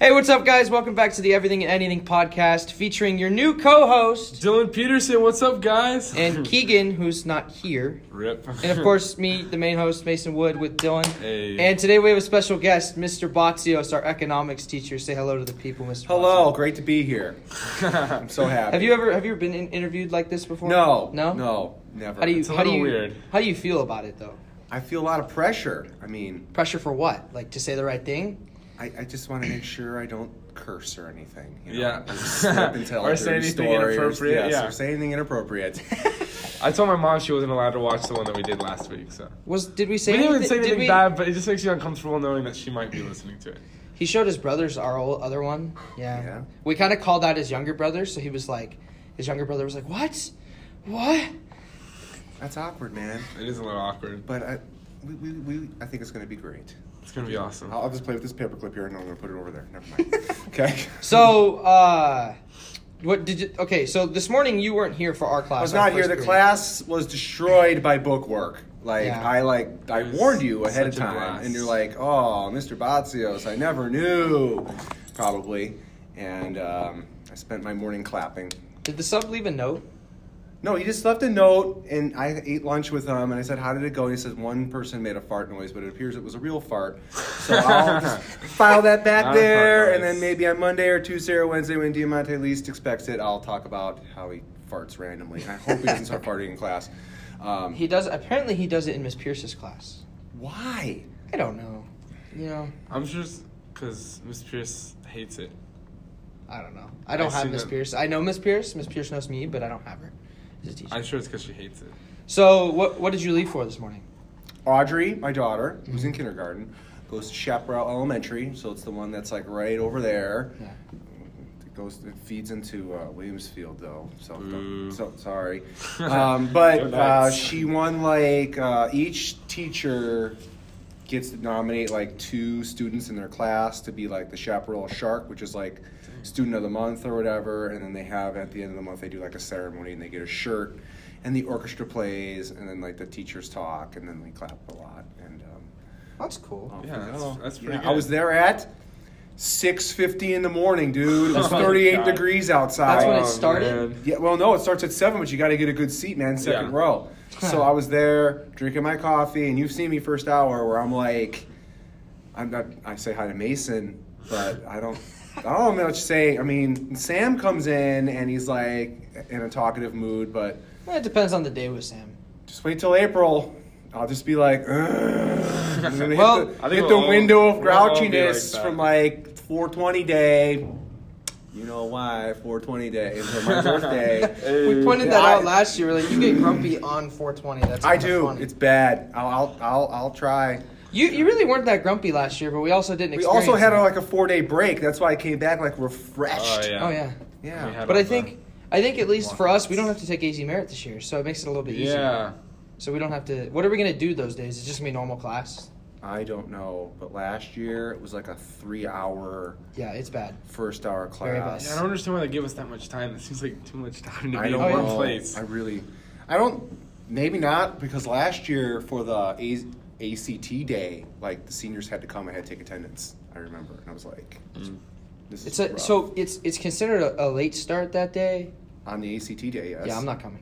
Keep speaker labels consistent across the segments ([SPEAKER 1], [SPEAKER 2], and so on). [SPEAKER 1] Hey, what's up, guys? Welcome back to the Everything and Anything podcast featuring your new co host
[SPEAKER 2] Dylan Peterson, what's up, guys?
[SPEAKER 1] and Keegan, who's not here.
[SPEAKER 2] Rip.
[SPEAKER 1] And of course, me, the main host, Mason Wood, with Dylan.
[SPEAKER 2] Hey.
[SPEAKER 1] And today we have a special guest, Mr. Boxios, our economics teacher. Say hello to the people, Mr.
[SPEAKER 3] Hello,
[SPEAKER 1] Boxios.
[SPEAKER 3] great to be here. I'm so happy.
[SPEAKER 1] Have you ever have you ever been in, interviewed like this before?
[SPEAKER 3] No,
[SPEAKER 1] no,
[SPEAKER 3] no, never.
[SPEAKER 1] How do you
[SPEAKER 2] It's a
[SPEAKER 1] how do you
[SPEAKER 2] little weird.
[SPEAKER 1] how do you feel about it though?
[SPEAKER 3] I feel a lot of pressure. I mean,
[SPEAKER 1] Pressure for what? Like to say the right thing?
[SPEAKER 3] I, I just want to make sure I don't curse or anything. You know?
[SPEAKER 2] Yeah.
[SPEAKER 3] Or slip and tell
[SPEAKER 2] Or
[SPEAKER 3] a
[SPEAKER 2] say
[SPEAKER 3] dirty
[SPEAKER 2] anything
[SPEAKER 3] story or-
[SPEAKER 2] inappropriate,
[SPEAKER 3] yes,
[SPEAKER 2] yeah.
[SPEAKER 3] or say anything inappropriate.
[SPEAKER 2] I told my mom she wasn't allowed to watch the one that we did last week, so.
[SPEAKER 1] Was did we say
[SPEAKER 2] We didn't
[SPEAKER 1] anything?
[SPEAKER 2] even say
[SPEAKER 1] did
[SPEAKER 2] anything
[SPEAKER 1] we-
[SPEAKER 2] bad, but it just makes you uncomfortable knowing that she might be listening to it.
[SPEAKER 1] He showed his brothers our old other one. Yeah.
[SPEAKER 3] Yeah.
[SPEAKER 1] We kind of called out his younger brother, so he was like, his younger brother was like, "What? What?"
[SPEAKER 3] That's awkward, man.
[SPEAKER 2] It is a little awkward.
[SPEAKER 3] But I, we, we, we, I think it's going to be great.
[SPEAKER 2] It's gonna be awesome.
[SPEAKER 3] I'll, I'll just play with this paperclip here, and I'm going to put it over there. Never mind. okay.
[SPEAKER 1] So, uh, what did you? Okay, so this morning you weren't here for our class.
[SPEAKER 3] I was
[SPEAKER 1] our
[SPEAKER 3] not here.
[SPEAKER 1] first
[SPEAKER 3] The
[SPEAKER 1] period.
[SPEAKER 3] class was destroyed by book work. Like
[SPEAKER 1] Yeah.
[SPEAKER 3] I like I
[SPEAKER 2] It was
[SPEAKER 3] warned you ahead of
[SPEAKER 2] such a
[SPEAKER 3] time,
[SPEAKER 2] blast.
[SPEAKER 3] and you're like, "Oh, Mr. Batzios, I never knew." Probably, and um, I spent my morning clapping.
[SPEAKER 1] Did the sub leave a note?
[SPEAKER 3] No, he just left a note, and I ate lunch with him, and I said, "How did it go?" And he says, "One person made a fart noise, but it appears it was a real fart." So I'll just file that
[SPEAKER 2] Not a
[SPEAKER 3] back
[SPEAKER 2] fart
[SPEAKER 3] there, and
[SPEAKER 2] noise.
[SPEAKER 3] then maybe on Monday or Tuesday or Wednesday, when Diamante least expects it, I'll talk about how he farts randomly. And I hope he doesn't start farting in class. Um,
[SPEAKER 1] He does. Apparently, he does it in Miss Pierce's class.
[SPEAKER 3] why?
[SPEAKER 1] I don't know. You know,
[SPEAKER 2] I'm sure it's because Miss Pierce hates it.
[SPEAKER 1] I don't know. I don't
[SPEAKER 2] I
[SPEAKER 1] have
[SPEAKER 2] see
[SPEAKER 1] Miss
[SPEAKER 2] that-
[SPEAKER 1] Pierce. I know Miss Pierce. Miss Pierce knows me, but I don't have her as a teacher.
[SPEAKER 2] I'm sure it's because she hates it.
[SPEAKER 1] So, what what did you leave for this morning?
[SPEAKER 3] Audrey, my daughter, who's
[SPEAKER 2] Mm-hmm.
[SPEAKER 3] in kindergarten, goes to Chaparral Elementary, so it's the one that's like right over there.
[SPEAKER 1] Yeah.
[SPEAKER 3] It goes, it feeds into uh, Williamsfield though, so,
[SPEAKER 2] Boo.
[SPEAKER 3] so sorry. Um, but
[SPEAKER 2] Go
[SPEAKER 3] uh,
[SPEAKER 2] Knights.
[SPEAKER 3] she won like uh, each teacher gets to nominate like two students in their class to be like the chaparral shark, which is like student of the month or whatever. And then they have at the end of the month they do like a ceremony and they get a shirt, and the orchestra plays, and then like the teachers talk, and then they clap a lot. And um,
[SPEAKER 1] That's cool.
[SPEAKER 3] oh,
[SPEAKER 2] Yeah, that's-
[SPEAKER 3] oh,
[SPEAKER 2] that's pretty
[SPEAKER 3] I was
[SPEAKER 2] good.
[SPEAKER 3] there at. 6:50 in the morning, dude. It was
[SPEAKER 2] Oh my
[SPEAKER 3] 38
[SPEAKER 2] God.
[SPEAKER 3] degrees outside.
[SPEAKER 1] That's when it
[SPEAKER 2] Oh,
[SPEAKER 1] started?
[SPEAKER 2] man.
[SPEAKER 3] Yeah, well, no, it starts at seven, but you got to get a good seat, man, second
[SPEAKER 2] Yeah.
[SPEAKER 3] row. So I was there drinking my coffee, and you've seen me first hour where I'm like, I'm not. I say hi to Mason, but I don't. I don't know much to say. I mean, Sam comes in and he's like in a talkative mood, but
[SPEAKER 1] Well, it depends on the day with Sam.
[SPEAKER 3] just wait till April. I'll just be like, "Ugh," and then
[SPEAKER 1] Well,
[SPEAKER 3] hit
[SPEAKER 2] I
[SPEAKER 3] the,
[SPEAKER 2] think
[SPEAKER 3] hit
[SPEAKER 2] we'll
[SPEAKER 3] the
[SPEAKER 2] all-
[SPEAKER 3] window of
[SPEAKER 2] we'll all be like
[SPEAKER 3] grouchiness
[SPEAKER 2] that.
[SPEAKER 3] from like 420 day. You know why 420 day is my birthday.
[SPEAKER 1] We
[SPEAKER 2] Hey.
[SPEAKER 1] pointed that
[SPEAKER 3] I-
[SPEAKER 1] out last year. We're like, you get grumpy on 420. That's
[SPEAKER 3] I
[SPEAKER 1] kinda
[SPEAKER 3] do.
[SPEAKER 1] Funny.
[SPEAKER 3] It's bad. I'll, I'll, I'll, I'll try.
[SPEAKER 1] you. You really weren't that grumpy last year, but we also didn't.
[SPEAKER 3] We also
[SPEAKER 1] experience
[SPEAKER 3] had
[SPEAKER 1] it.
[SPEAKER 3] a, like a four day break. That's why I came back like refreshed.
[SPEAKER 2] Oh, yeah.
[SPEAKER 1] Oh yeah,
[SPEAKER 3] Yeah.
[SPEAKER 2] We had
[SPEAKER 1] but I
[SPEAKER 2] all the-
[SPEAKER 1] think I think at least for us, we don't have to take AZ merit this year, so it makes it a little bit easier.
[SPEAKER 2] Yeah.
[SPEAKER 1] So we don't have to. What are we gonna do those days? It's just gonna be normal class.
[SPEAKER 3] I don't know, but last year it was like a three hour
[SPEAKER 1] Yeah, it's bad.
[SPEAKER 3] first hour
[SPEAKER 1] Very bad.
[SPEAKER 3] class.
[SPEAKER 2] Yeah, I don't understand why they give us that much time. It seems like too much time to be
[SPEAKER 3] I
[SPEAKER 2] in
[SPEAKER 3] don't
[SPEAKER 1] Oh, yeah.
[SPEAKER 2] one
[SPEAKER 3] know.
[SPEAKER 2] place.
[SPEAKER 3] I really, I don't. Maybe not because last year for the A- ACT day, like the seniors had to come and had to take attendance. I remember, and I was like,
[SPEAKER 2] Mm.
[SPEAKER 3] "This is
[SPEAKER 1] It's a
[SPEAKER 3] rough.
[SPEAKER 1] so it's it's considered a, a late start that day.
[SPEAKER 3] on the ACT day." Yes.
[SPEAKER 1] Yeah, I'm not coming.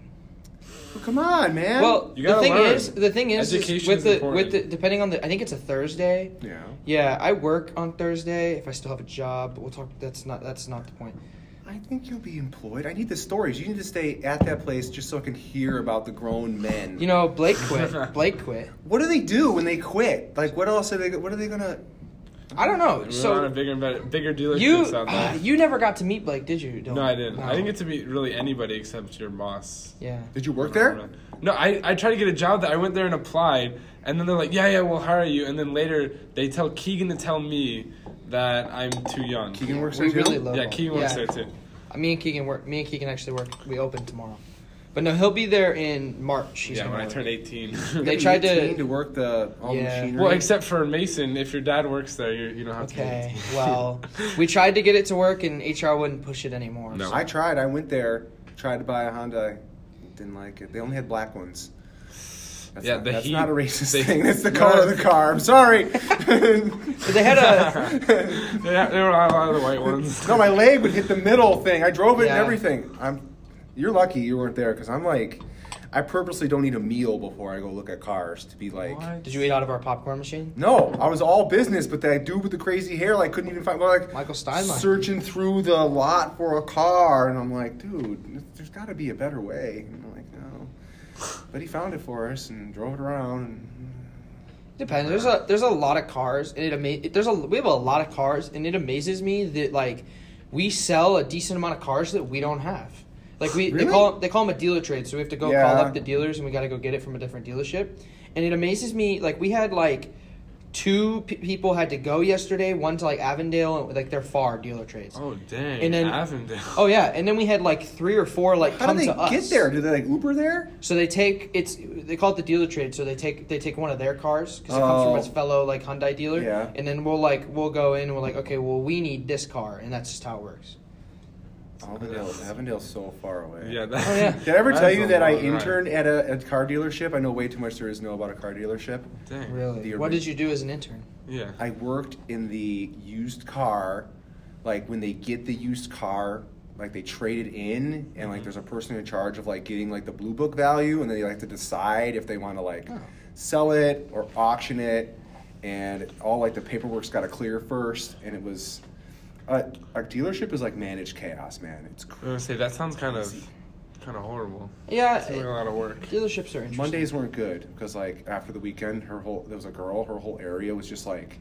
[SPEAKER 3] Well, come on, man.
[SPEAKER 1] Well,
[SPEAKER 2] You
[SPEAKER 1] the
[SPEAKER 2] gotta
[SPEAKER 1] thing
[SPEAKER 2] learn.
[SPEAKER 1] is, the thing is, is
[SPEAKER 2] Education
[SPEAKER 1] with
[SPEAKER 2] is
[SPEAKER 1] the with
[SPEAKER 2] important.
[SPEAKER 1] the depending on the, I think it's a Thursday.
[SPEAKER 3] yeah.
[SPEAKER 1] Yeah, I work on Thursday if I still have a job. But we'll talk. That's not that's not the point.
[SPEAKER 3] I think you'll be employed. I need the stories. You need to stay at that place just so I can hear about the grown men.
[SPEAKER 1] You know, Blake quit. Blake quit.
[SPEAKER 3] what do they do when they quit? Like, what else are they? What are they gonna?
[SPEAKER 1] I don't know.
[SPEAKER 2] We're on a
[SPEAKER 1] so
[SPEAKER 2] bigger, and better, bigger dealerships
[SPEAKER 1] you
[SPEAKER 2] out there.
[SPEAKER 1] uh, you never got to meet Blake, did you? Dylan?
[SPEAKER 2] no, I didn't. I
[SPEAKER 1] No.
[SPEAKER 2] didn't get to meet really anybody except your boss.
[SPEAKER 1] Yeah.
[SPEAKER 3] Did you work there?
[SPEAKER 2] No, I, I tried to get a job that I went there and applied, and then they're like, yeah, yeah, we'll hire you. And then later they tell Keegan to tell me that I'm too young.
[SPEAKER 3] Keegan works
[SPEAKER 1] we
[SPEAKER 3] there too.
[SPEAKER 1] really love
[SPEAKER 2] yeah,
[SPEAKER 1] him.
[SPEAKER 2] Keegan works
[SPEAKER 1] Yeah. Uh,
[SPEAKER 2] there too.
[SPEAKER 1] Me and Keegan work. Me and Keegan actually work. We open tomorrow, but no, he'll be there in March. He's
[SPEAKER 2] yeah,
[SPEAKER 1] gonna
[SPEAKER 2] when I
[SPEAKER 1] work.
[SPEAKER 2] turned 18.
[SPEAKER 1] They
[SPEAKER 3] You
[SPEAKER 1] tried
[SPEAKER 3] need
[SPEAKER 1] to-
[SPEAKER 3] team to work the all the
[SPEAKER 1] Yeah.
[SPEAKER 3] machinery.
[SPEAKER 2] well, except for Mason, if your dad works there, you, you don't have
[SPEAKER 1] Okay.
[SPEAKER 2] to. be 18.
[SPEAKER 1] well, we tried to get it to work, and HR wouldn't push it anymore.
[SPEAKER 2] No.
[SPEAKER 3] I tried. I went there, tried to buy a Hyundai, didn't like it. They only had black ones. That's
[SPEAKER 2] Yeah,
[SPEAKER 3] not,
[SPEAKER 2] the
[SPEAKER 3] that's
[SPEAKER 2] heat-
[SPEAKER 3] not a racist
[SPEAKER 2] the-
[SPEAKER 3] thing. That's the
[SPEAKER 2] No.
[SPEAKER 3] color of the car. I'm sorry.
[SPEAKER 1] But they had a.
[SPEAKER 2] yeah, there were a lot of the white ones.
[SPEAKER 3] no, my leg would hit the middle thing. I drove it and
[SPEAKER 1] Yeah.
[SPEAKER 3] everything. I'm. You're lucky you weren't there because I'm like, I purposely don't eat a meal before I go look at cars to be like.
[SPEAKER 2] What?
[SPEAKER 1] Did you eat out of our popcorn machine?
[SPEAKER 3] No, I was all business, but that dude with the crazy hair, like, couldn't even find. Well, like
[SPEAKER 1] Michael Steinlein.
[SPEAKER 3] searching through the lot for a car, and I'm like, dude, there's got to be a better way. And I'm like, no, but he found it for us and drove it around. And
[SPEAKER 1] Depends. There's a there's a lot of cars, and it ama- There's a we have a lot of cars, and it amazes me that like we sell a decent amount of cars that we don't have. Like we
[SPEAKER 3] Really?
[SPEAKER 1] they call they call them a dealer trade, so we have to go
[SPEAKER 3] Yeah.
[SPEAKER 1] call up the dealers, and we got to go get it from a different dealership. And it amazes me like we had like two pe people had to go yesterday, one to like Avondale, and like they're far dealer trades.
[SPEAKER 2] Oh dang!
[SPEAKER 1] And then-
[SPEAKER 2] Avondale.
[SPEAKER 1] Oh yeah, and then we had like three or four like
[SPEAKER 3] how
[SPEAKER 1] come
[SPEAKER 3] do they
[SPEAKER 1] to us.
[SPEAKER 3] get there? Do they like Uber there?
[SPEAKER 1] So they take it's they call it the dealer trade. So they take they take one of their cars because it
[SPEAKER 3] Oh.
[SPEAKER 1] comes from its fellow like Hyundai dealer.
[SPEAKER 3] Yeah.
[SPEAKER 1] And then we'll like we'll go in and we're like okay well we need this car and that's just how it works.
[SPEAKER 3] Avondale, Avondale's so far away.
[SPEAKER 2] Yeah. That,
[SPEAKER 1] Oh, yeah.
[SPEAKER 3] Did I ever tell
[SPEAKER 2] is
[SPEAKER 3] you
[SPEAKER 2] a
[SPEAKER 3] that I
[SPEAKER 2] long ride.
[SPEAKER 3] interned at a, at a car dealership? I know way too much there is to know about a car dealership.
[SPEAKER 2] Dang.
[SPEAKER 1] Really?
[SPEAKER 3] The
[SPEAKER 1] What
[SPEAKER 3] orig-
[SPEAKER 1] did you do as an intern?
[SPEAKER 2] Yeah.
[SPEAKER 3] I worked in the used car, like when they get the used car, like they trade it in, and
[SPEAKER 1] Mm-hmm.
[SPEAKER 3] like there's a person in charge of like getting like the blue book value, and they like to decide if they want to like
[SPEAKER 1] Oh.
[SPEAKER 3] sell it or auction it, and all like the paperwork's got to clear first, and it was. Uh, our dealership is like managed chaos, man. It's
[SPEAKER 2] I was gonna
[SPEAKER 3] crazy.
[SPEAKER 2] say that sounds kind of, kind of horrible.
[SPEAKER 1] Yeah.
[SPEAKER 2] That's a lot of work.
[SPEAKER 1] dealerships are interesting.
[SPEAKER 3] Mondays weren't good because like after the weekend, her whole there was a girl, her whole area was just like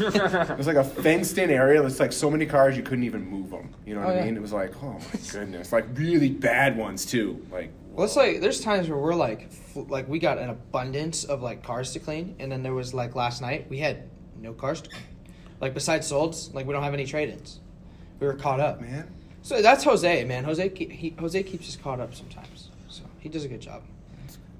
[SPEAKER 3] It was like a fenced in area. There's like so many cars you couldn't even move them. You know what
[SPEAKER 1] Oh,
[SPEAKER 3] I
[SPEAKER 1] yeah.
[SPEAKER 3] mean? It was like, oh my goodness, like really bad ones too. Like,
[SPEAKER 1] Well, it's like there's times where we're like f- like we got an abundance of like cars to clean, and then there was like last night we had no cars to clean. Like besides solds, like we don't have any trade-ins. We were caught up.
[SPEAKER 3] man,
[SPEAKER 1] So that's Jose, man. Jose ke- he, Jose keeps us caught up sometimes. So he does a good job.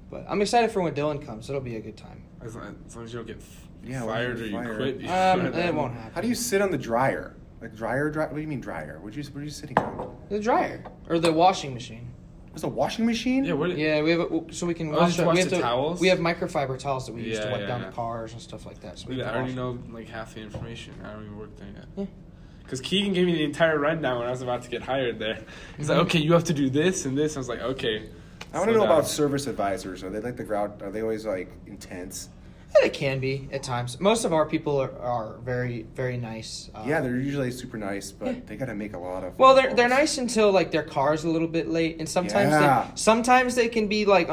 [SPEAKER 1] But I'm excited for when Dylan comes. It'll be a good time.
[SPEAKER 2] As long, as long as you don't get f-
[SPEAKER 3] Yeah, why
[SPEAKER 2] fired
[SPEAKER 3] don't
[SPEAKER 2] or
[SPEAKER 3] you
[SPEAKER 2] you
[SPEAKER 3] fire?
[SPEAKER 2] quit.
[SPEAKER 1] Um, it won't happen.
[SPEAKER 3] how do you sit on the dryer? Like dryer, dry, What do you mean dryer? What you what are you sitting on?
[SPEAKER 1] The dryer or the washing machine.
[SPEAKER 3] There's a washing machine.
[SPEAKER 2] Yeah. What?
[SPEAKER 1] Yeah, we have a, so we can
[SPEAKER 2] Oh,
[SPEAKER 1] wash,
[SPEAKER 2] just
[SPEAKER 1] our-
[SPEAKER 2] wash
[SPEAKER 1] we have
[SPEAKER 2] the towels?
[SPEAKER 1] We have microfiber towels that we use to
[SPEAKER 2] Yeah,
[SPEAKER 1] wipe
[SPEAKER 2] yeah,
[SPEAKER 1] down
[SPEAKER 2] yeah.
[SPEAKER 1] the cars and stuff like that. So we
[SPEAKER 2] Look,
[SPEAKER 1] can
[SPEAKER 2] I already
[SPEAKER 1] wash.
[SPEAKER 2] know like half the information. I haven't even worked there yet.
[SPEAKER 1] Yeah.
[SPEAKER 2] Because Keegan gave me the entire rundown when I was about to get hired there. He's
[SPEAKER 1] Mm-hmm.
[SPEAKER 2] like, okay, you have to do this and this. I was like, okay.
[SPEAKER 3] I want
[SPEAKER 2] slow
[SPEAKER 3] to know
[SPEAKER 2] down.
[SPEAKER 3] about service advisors. Are they like the crowd? Are they always like intense?
[SPEAKER 1] And it can be at times. Most of our people are, are very very nice. Uh,
[SPEAKER 3] yeah, they're usually super nice, but they got to make a lot of.
[SPEAKER 1] Well, they're they're nice until like their car's a little bit late, and sometimes
[SPEAKER 3] Yeah.
[SPEAKER 1] they, sometimes they can be like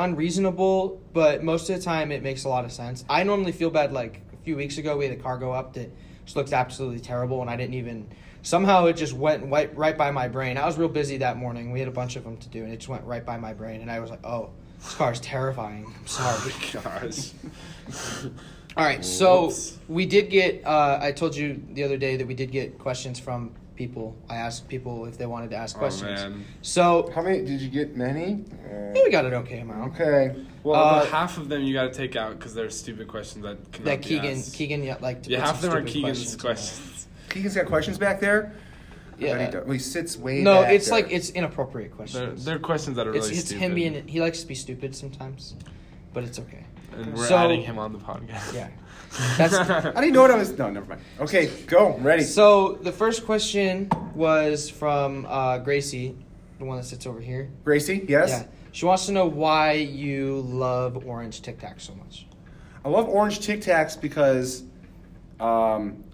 [SPEAKER 1] unreasonable, but most of the time it makes a lot of sense. I normally feel bad. Like a few weeks ago, we had a car go up that just looked absolutely terrible, and I didn't even somehow it just went right, right by my brain. I was real busy that morning. We had a bunch of them to do, and it just went right by my brain, and I was like, oh. This car is terrifying. I'm sorry.
[SPEAKER 2] Oh Gosh. Oh,
[SPEAKER 1] All right, so
[SPEAKER 2] Whoops.
[SPEAKER 1] we did get. Uh, I told you the other day that we did get questions from people. I asked people if they wanted to ask
[SPEAKER 2] oh,
[SPEAKER 1] questions.
[SPEAKER 2] man.
[SPEAKER 1] So
[SPEAKER 3] How many did you get? Many.
[SPEAKER 1] Yeah,
[SPEAKER 3] Uh,
[SPEAKER 1] we got an okay amount.
[SPEAKER 3] okay.
[SPEAKER 2] Well,
[SPEAKER 1] Uh,
[SPEAKER 2] about half of them you got to take out because they're stupid questions that cannot
[SPEAKER 1] That
[SPEAKER 2] be
[SPEAKER 1] Keegan,
[SPEAKER 2] asked.
[SPEAKER 1] Keegan, yeah, like to
[SPEAKER 2] Yeah,
[SPEAKER 1] put
[SPEAKER 2] half of
[SPEAKER 1] some
[SPEAKER 2] them are
[SPEAKER 1] stupid
[SPEAKER 2] Keegan's
[SPEAKER 1] in
[SPEAKER 2] questions.
[SPEAKER 3] Keegan's got questions back there.
[SPEAKER 1] there.
[SPEAKER 3] I bet he
[SPEAKER 1] Yeah.
[SPEAKER 3] does. Well, he sits way.
[SPEAKER 1] No,
[SPEAKER 3] back
[SPEAKER 1] it's
[SPEAKER 3] there.
[SPEAKER 1] like it's inappropriate
[SPEAKER 2] They're,
[SPEAKER 1] questions.
[SPEAKER 2] they're questions that are
[SPEAKER 1] it's
[SPEAKER 2] really
[SPEAKER 1] it's
[SPEAKER 2] stupid.
[SPEAKER 1] him being he likes to be stupid sometimes, but it's okay.
[SPEAKER 2] and we're
[SPEAKER 1] So-
[SPEAKER 2] adding him on the podcast.
[SPEAKER 1] Yeah. That's-
[SPEAKER 3] I didn't know what I was. No, never mind. Okay, go. I'm ready.
[SPEAKER 1] So the first question was from uh, Gracie, the one that sits over here.
[SPEAKER 3] Gracie, yes.
[SPEAKER 1] Yeah. She wants to know why you love orange Tic Tacs so much.
[SPEAKER 3] I love orange Tic Tacs because, um,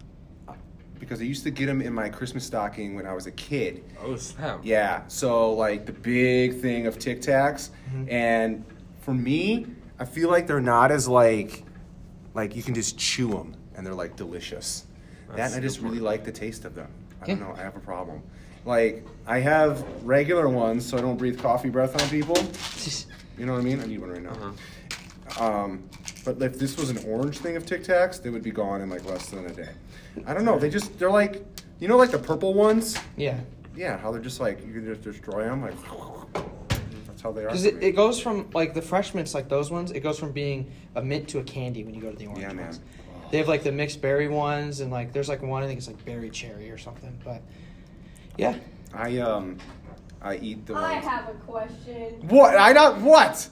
[SPEAKER 3] because I used to get them in my Christmas stocking when I was a kid.
[SPEAKER 2] Oh snap.
[SPEAKER 3] Yeah. So like the big thing of Tic Tacs,
[SPEAKER 1] Mm-hmm.
[SPEAKER 3] and for me, I feel like they're not as like, like you can just chew them and they're like delicious. that
[SPEAKER 2] That's
[SPEAKER 3] and I just
[SPEAKER 2] super.
[SPEAKER 3] really like the taste of them. I don't
[SPEAKER 1] Yeah.
[SPEAKER 3] know. I have a problem. Like I have regular ones, so I don't breathe coffee breath on people. You know what I mean? I need one right now.
[SPEAKER 2] Uh-huh.
[SPEAKER 3] Um, but if this was an orange thing of Tic Tacs, they would be gone in like less than a day. I don't know. They just they're like you know like the purple ones.
[SPEAKER 1] yeah.
[SPEAKER 3] Yeah, how they're just like you can just destroy them. Like that's how they are.
[SPEAKER 1] Because
[SPEAKER 3] for
[SPEAKER 1] it,
[SPEAKER 3] me.
[SPEAKER 1] it goes from like the freshmen's like those ones. It goes from being a mint to a candy when you go to the orange
[SPEAKER 3] Yeah, man.
[SPEAKER 1] ones. They have like the mixed berry ones and like there's like one I think it's like berry cherry or something. But yeah,
[SPEAKER 3] I um I eat the
[SPEAKER 4] I
[SPEAKER 3] ones.
[SPEAKER 4] have a question.
[SPEAKER 3] What I not what?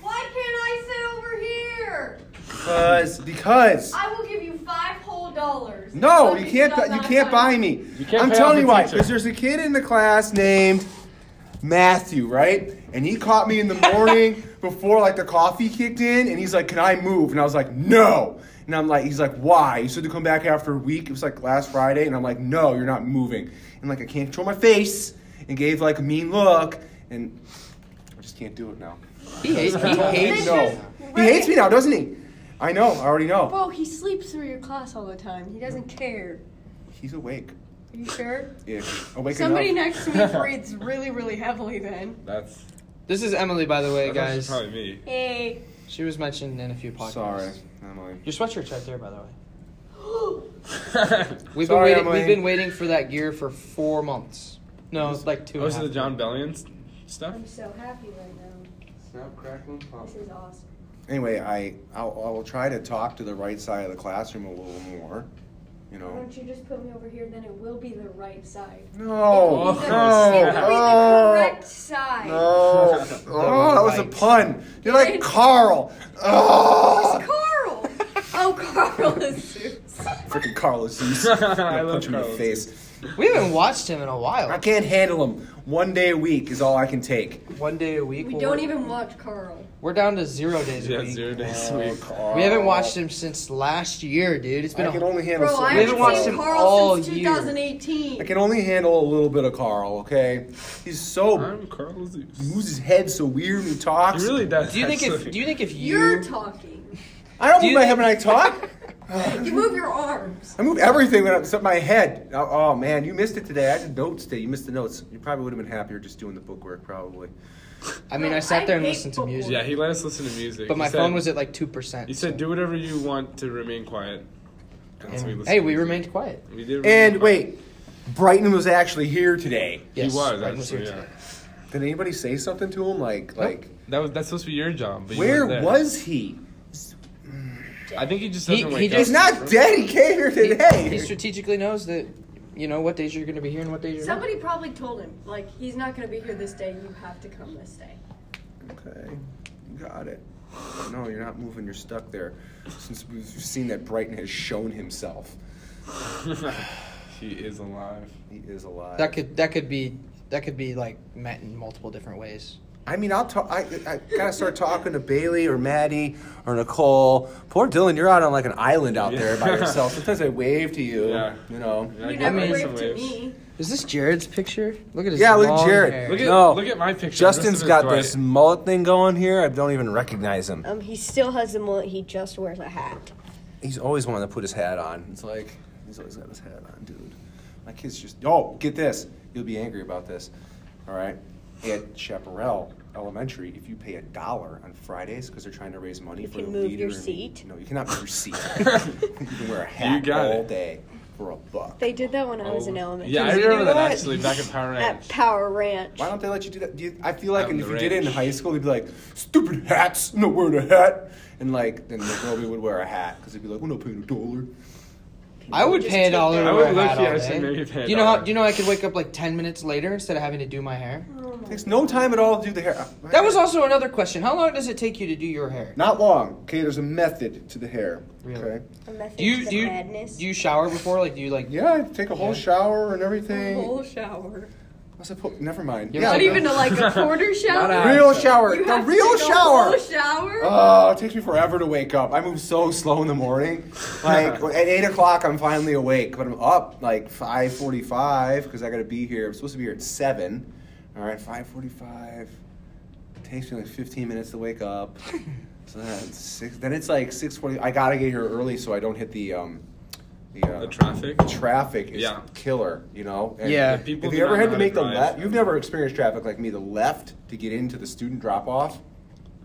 [SPEAKER 4] Why can't I sit over over here?
[SPEAKER 3] Because because
[SPEAKER 4] I will give you five whole dollars.
[SPEAKER 3] no,
[SPEAKER 4] If
[SPEAKER 3] you
[SPEAKER 4] you
[SPEAKER 3] can't
[SPEAKER 4] stop
[SPEAKER 3] bu- you
[SPEAKER 4] not
[SPEAKER 3] can't buy
[SPEAKER 4] coming.
[SPEAKER 3] me.
[SPEAKER 2] You can't
[SPEAKER 3] I'm
[SPEAKER 2] pay off
[SPEAKER 3] telling
[SPEAKER 2] the
[SPEAKER 3] you why.
[SPEAKER 2] teacher.
[SPEAKER 3] Because there's a kid in the class named Matthew, right? And he caught me in the morning before like the coffee kicked in, and he's like, "Can I move?" And I was like, "No." And I'm like, he's like, "Why?" He said to come back after a week. It was like last Friday, and I'm like, "No, you're not moving." And like I can't control my face, and gave like a mean look, and I just can't do it now.
[SPEAKER 1] He hates. He hates.
[SPEAKER 4] No.
[SPEAKER 3] No, he hates me now, doesn't he? I know. I already know.
[SPEAKER 4] Bro, he sleeps through your class all the time. He doesn't care.
[SPEAKER 3] He's awake.
[SPEAKER 4] Are you sure?
[SPEAKER 3] If awake
[SPEAKER 4] Somebody
[SPEAKER 3] enough.
[SPEAKER 4] next to me breathes really, really heavily then.
[SPEAKER 2] That's
[SPEAKER 1] This is Emily, by the way,
[SPEAKER 2] that's actually
[SPEAKER 1] guys.
[SPEAKER 2] probably me.
[SPEAKER 4] Hey.
[SPEAKER 1] She was mentioned in a few podcasts.
[SPEAKER 3] Sorry, Emily.
[SPEAKER 1] Your sweatshirt's right there, by the way. We've
[SPEAKER 3] Sorry,
[SPEAKER 1] been waiting.
[SPEAKER 3] Emily.
[SPEAKER 1] We've been waiting for that gear for four months. No, it's like two.
[SPEAKER 2] Oh,
[SPEAKER 1] and a
[SPEAKER 2] so the
[SPEAKER 1] half.
[SPEAKER 2] John Bellion s- stuff?
[SPEAKER 4] I'm so happy right now.
[SPEAKER 2] Snap, crackling, pop.
[SPEAKER 4] This is awesome.
[SPEAKER 3] Anyway, I I'll, I will try to talk to the right side of the classroom a little more. You
[SPEAKER 4] Why
[SPEAKER 3] know.
[SPEAKER 4] don't you just put me over here? Then it will be the right side.
[SPEAKER 3] No.
[SPEAKER 4] It will be the- it will be the
[SPEAKER 3] Oh, No.
[SPEAKER 4] correct side.
[SPEAKER 3] No. Oh, that was a
[SPEAKER 1] Right.
[SPEAKER 3] pun. You're like Carl. Oh.
[SPEAKER 4] It's Carl. oh, Carl is Zeus.
[SPEAKER 3] Freaking Carl Aziz.
[SPEAKER 2] I
[SPEAKER 3] I'm gonna
[SPEAKER 2] love
[SPEAKER 3] punch him in the
[SPEAKER 2] Carl
[SPEAKER 3] face.
[SPEAKER 1] We haven't watched him in a while.
[SPEAKER 3] I can't handle him. One day a week is all I can take.
[SPEAKER 1] One day a week.
[SPEAKER 4] We
[SPEAKER 1] we'll-
[SPEAKER 4] don't even watch Carl.
[SPEAKER 1] We're down to zero days a
[SPEAKER 2] Yeah,
[SPEAKER 1] week.
[SPEAKER 2] zero days a
[SPEAKER 3] Oh,
[SPEAKER 2] week.
[SPEAKER 3] Carl.
[SPEAKER 1] We haven't watched him since last year, dude. It's been
[SPEAKER 3] I
[SPEAKER 1] a
[SPEAKER 3] can only handle.
[SPEAKER 4] Bro,
[SPEAKER 1] We
[SPEAKER 3] so
[SPEAKER 4] I
[SPEAKER 3] much
[SPEAKER 1] haven't
[SPEAKER 4] haven't
[SPEAKER 1] watched
[SPEAKER 4] seen
[SPEAKER 1] him
[SPEAKER 4] Carl
[SPEAKER 1] all
[SPEAKER 4] since
[SPEAKER 1] year.
[SPEAKER 4] 2018.
[SPEAKER 3] I can only handle a little bit of Carl, okay? He's so
[SPEAKER 2] I'm Carl Zeus.
[SPEAKER 3] he moves his head so weird when he talks.
[SPEAKER 2] He really does.
[SPEAKER 1] Do you think if
[SPEAKER 2] actually.
[SPEAKER 1] Do you think if you
[SPEAKER 4] You're talking.
[SPEAKER 3] I don't
[SPEAKER 1] Do
[SPEAKER 3] move
[SPEAKER 1] you
[SPEAKER 3] my head
[SPEAKER 1] think-
[SPEAKER 3] when I talk.
[SPEAKER 4] You move your arms.
[SPEAKER 3] I move everything when I, except my head. Oh, oh, man, you missed it today. I did notes today. You missed the notes. You probably would have been happier just doing the book work, probably.
[SPEAKER 1] I mean,
[SPEAKER 4] No,
[SPEAKER 1] I sat
[SPEAKER 4] I
[SPEAKER 1] there and
[SPEAKER 4] hate
[SPEAKER 1] listened to
[SPEAKER 4] football.
[SPEAKER 1] music,
[SPEAKER 2] Yeah, he let us listen to music.
[SPEAKER 1] but
[SPEAKER 2] He
[SPEAKER 1] my
[SPEAKER 2] said-
[SPEAKER 1] phone was at like two percent.
[SPEAKER 2] He said, "Do whatever you want to remain quiet." And so listened
[SPEAKER 1] "Hey,
[SPEAKER 2] to
[SPEAKER 1] we
[SPEAKER 2] music.
[SPEAKER 1] remained quiet."
[SPEAKER 2] We did. remain
[SPEAKER 1] Mm-hmm.
[SPEAKER 3] And
[SPEAKER 2] quiet.
[SPEAKER 3] wait, Brighton was actually here today.
[SPEAKER 1] Yes,
[SPEAKER 2] he was.
[SPEAKER 1] Brighton was
[SPEAKER 2] Actually,
[SPEAKER 1] here
[SPEAKER 2] yeah.
[SPEAKER 1] today.
[SPEAKER 3] Did anybody say something to him? Like, like,
[SPEAKER 2] That was that's supposed to be your job. But you
[SPEAKER 3] where
[SPEAKER 2] weren't there.
[SPEAKER 3] was he?
[SPEAKER 2] I think he just
[SPEAKER 1] He-
[SPEAKER 2] doesn't
[SPEAKER 1] he
[SPEAKER 2] wake up.
[SPEAKER 1] just-
[SPEAKER 3] He's not dead. He came here
[SPEAKER 1] He-
[SPEAKER 3] today.
[SPEAKER 1] He, strategically knows that you know what days you're going to be here and what days you're not.
[SPEAKER 4] Somebody probably told him, like, he's not going to be here this day. You have to come this day.
[SPEAKER 3] Okay, you got it. No, you're not moving. You're stuck there. Since we've seen that Brighton has shown himself,
[SPEAKER 2] he is alive.
[SPEAKER 3] he is alive.
[SPEAKER 1] That could that could be that could be like met in multiple different ways.
[SPEAKER 3] I mean, I'll talk. I, I gotta start talking to Bailey or Maddie or Nicole. Poor Dylan, you're out on like an island out there by
[SPEAKER 2] Yeah.
[SPEAKER 3] yourself. Sometimes I wave to you.
[SPEAKER 2] Yeah.
[SPEAKER 3] You know.
[SPEAKER 2] Yeah,
[SPEAKER 4] you
[SPEAKER 2] give
[SPEAKER 4] never
[SPEAKER 1] me
[SPEAKER 2] him
[SPEAKER 4] waved
[SPEAKER 2] some
[SPEAKER 4] to
[SPEAKER 2] waves.
[SPEAKER 4] me.
[SPEAKER 1] Is this Jared's picture? Look at his
[SPEAKER 3] Yeah, look at
[SPEAKER 1] long
[SPEAKER 3] Jared.
[SPEAKER 1] hair.
[SPEAKER 2] Look at
[SPEAKER 3] No.
[SPEAKER 2] look at my picture.
[SPEAKER 3] Justin's
[SPEAKER 2] This is
[SPEAKER 3] got
[SPEAKER 2] Dwight.
[SPEAKER 3] this mullet thing going here. I don't even recognize him.
[SPEAKER 5] Um, he still has the mullet. He just wears a hat.
[SPEAKER 3] He's always wanting to put his hat on. It's like he's always got his hat on, dude. My kids just oh, get this. You'll be angry about this. All right. At Chaparral Elementary, if you pay a dollar on Fridays because they're trying to raise money
[SPEAKER 5] You
[SPEAKER 3] for
[SPEAKER 5] can
[SPEAKER 3] the
[SPEAKER 5] move
[SPEAKER 3] leader.
[SPEAKER 5] your
[SPEAKER 3] in-
[SPEAKER 5] seat.
[SPEAKER 3] no, you cannot move your seat. you can wear a hat
[SPEAKER 2] got
[SPEAKER 3] all
[SPEAKER 2] it.
[SPEAKER 3] day for a buck.
[SPEAKER 5] They did that when I was in
[SPEAKER 2] Oh.
[SPEAKER 5] elementary.
[SPEAKER 2] Yeah, I
[SPEAKER 5] Did you
[SPEAKER 2] remember
[SPEAKER 5] do
[SPEAKER 2] that actually back in Power Ranch.
[SPEAKER 5] At Power Ranch.
[SPEAKER 3] Why don't they let you do that? Do you, I feel like
[SPEAKER 2] Out
[SPEAKER 3] and
[SPEAKER 2] in
[SPEAKER 3] if
[SPEAKER 2] the
[SPEAKER 3] you did it in
[SPEAKER 2] range.
[SPEAKER 3] high school, they'd be like, "Stupid hats! I'm not wearing a hat." And like, then like, nobody would wear a hat because they'd be like, "We're not paying a dollar."
[SPEAKER 1] I would
[SPEAKER 5] Just
[SPEAKER 1] pay a
[SPEAKER 5] take
[SPEAKER 1] dollar
[SPEAKER 5] that.
[SPEAKER 1] to
[SPEAKER 2] I
[SPEAKER 1] wear
[SPEAKER 2] would
[SPEAKER 1] a
[SPEAKER 2] look
[SPEAKER 1] hat
[SPEAKER 2] here,
[SPEAKER 1] all
[SPEAKER 2] I said
[SPEAKER 1] day.
[SPEAKER 2] maybe pay a
[SPEAKER 1] do you know how?
[SPEAKER 2] dollar.
[SPEAKER 1] Do you know I could wake up like ten minutes later instead of having to do my hair?
[SPEAKER 3] Takes no time at all to do the hair.
[SPEAKER 1] That was also another question. How long does it take you to do your hair?
[SPEAKER 3] Not long. Okay, there's a method to the hair.
[SPEAKER 1] Really?
[SPEAKER 3] Okay.
[SPEAKER 5] A method
[SPEAKER 1] Do you
[SPEAKER 5] to
[SPEAKER 1] do you,
[SPEAKER 5] madness.
[SPEAKER 1] do you shower before? Like do you like?
[SPEAKER 3] Yeah, I take a whole
[SPEAKER 1] Yeah.
[SPEAKER 3] shower and
[SPEAKER 4] A
[SPEAKER 3] everything.
[SPEAKER 4] whole shower.
[SPEAKER 3] I suppo- never mind.
[SPEAKER 1] Yeah,
[SPEAKER 4] Not
[SPEAKER 1] no.
[SPEAKER 4] even a, like a quarter shower.
[SPEAKER 3] the real shower.
[SPEAKER 4] You
[SPEAKER 3] The
[SPEAKER 4] have to
[SPEAKER 3] real
[SPEAKER 4] take a
[SPEAKER 3] shower.
[SPEAKER 4] whole shower.
[SPEAKER 3] Oh, it takes me forever to wake up. I move so slow in the morning. Like at eight o'clock, I'm finally awake, but I'm up like five forty-five because I got to be here. I'm supposed to be here at seven. All right, five forty-five. Takes me like fifteen minutes to wake up. So then it's six. Then it's like six forty. I gotta get here early so I don't hit the um the, uh,
[SPEAKER 2] The traffic?
[SPEAKER 3] Traffic is
[SPEAKER 2] Yeah.
[SPEAKER 3] killer. You know.
[SPEAKER 1] Yeah.
[SPEAKER 2] The people
[SPEAKER 3] Have you
[SPEAKER 2] do
[SPEAKER 3] ever
[SPEAKER 2] not
[SPEAKER 3] had
[SPEAKER 2] know
[SPEAKER 3] to
[SPEAKER 2] how to
[SPEAKER 3] make the
[SPEAKER 2] drive.
[SPEAKER 3] left? You've never experienced traffic like me. The left to get into the student drop-off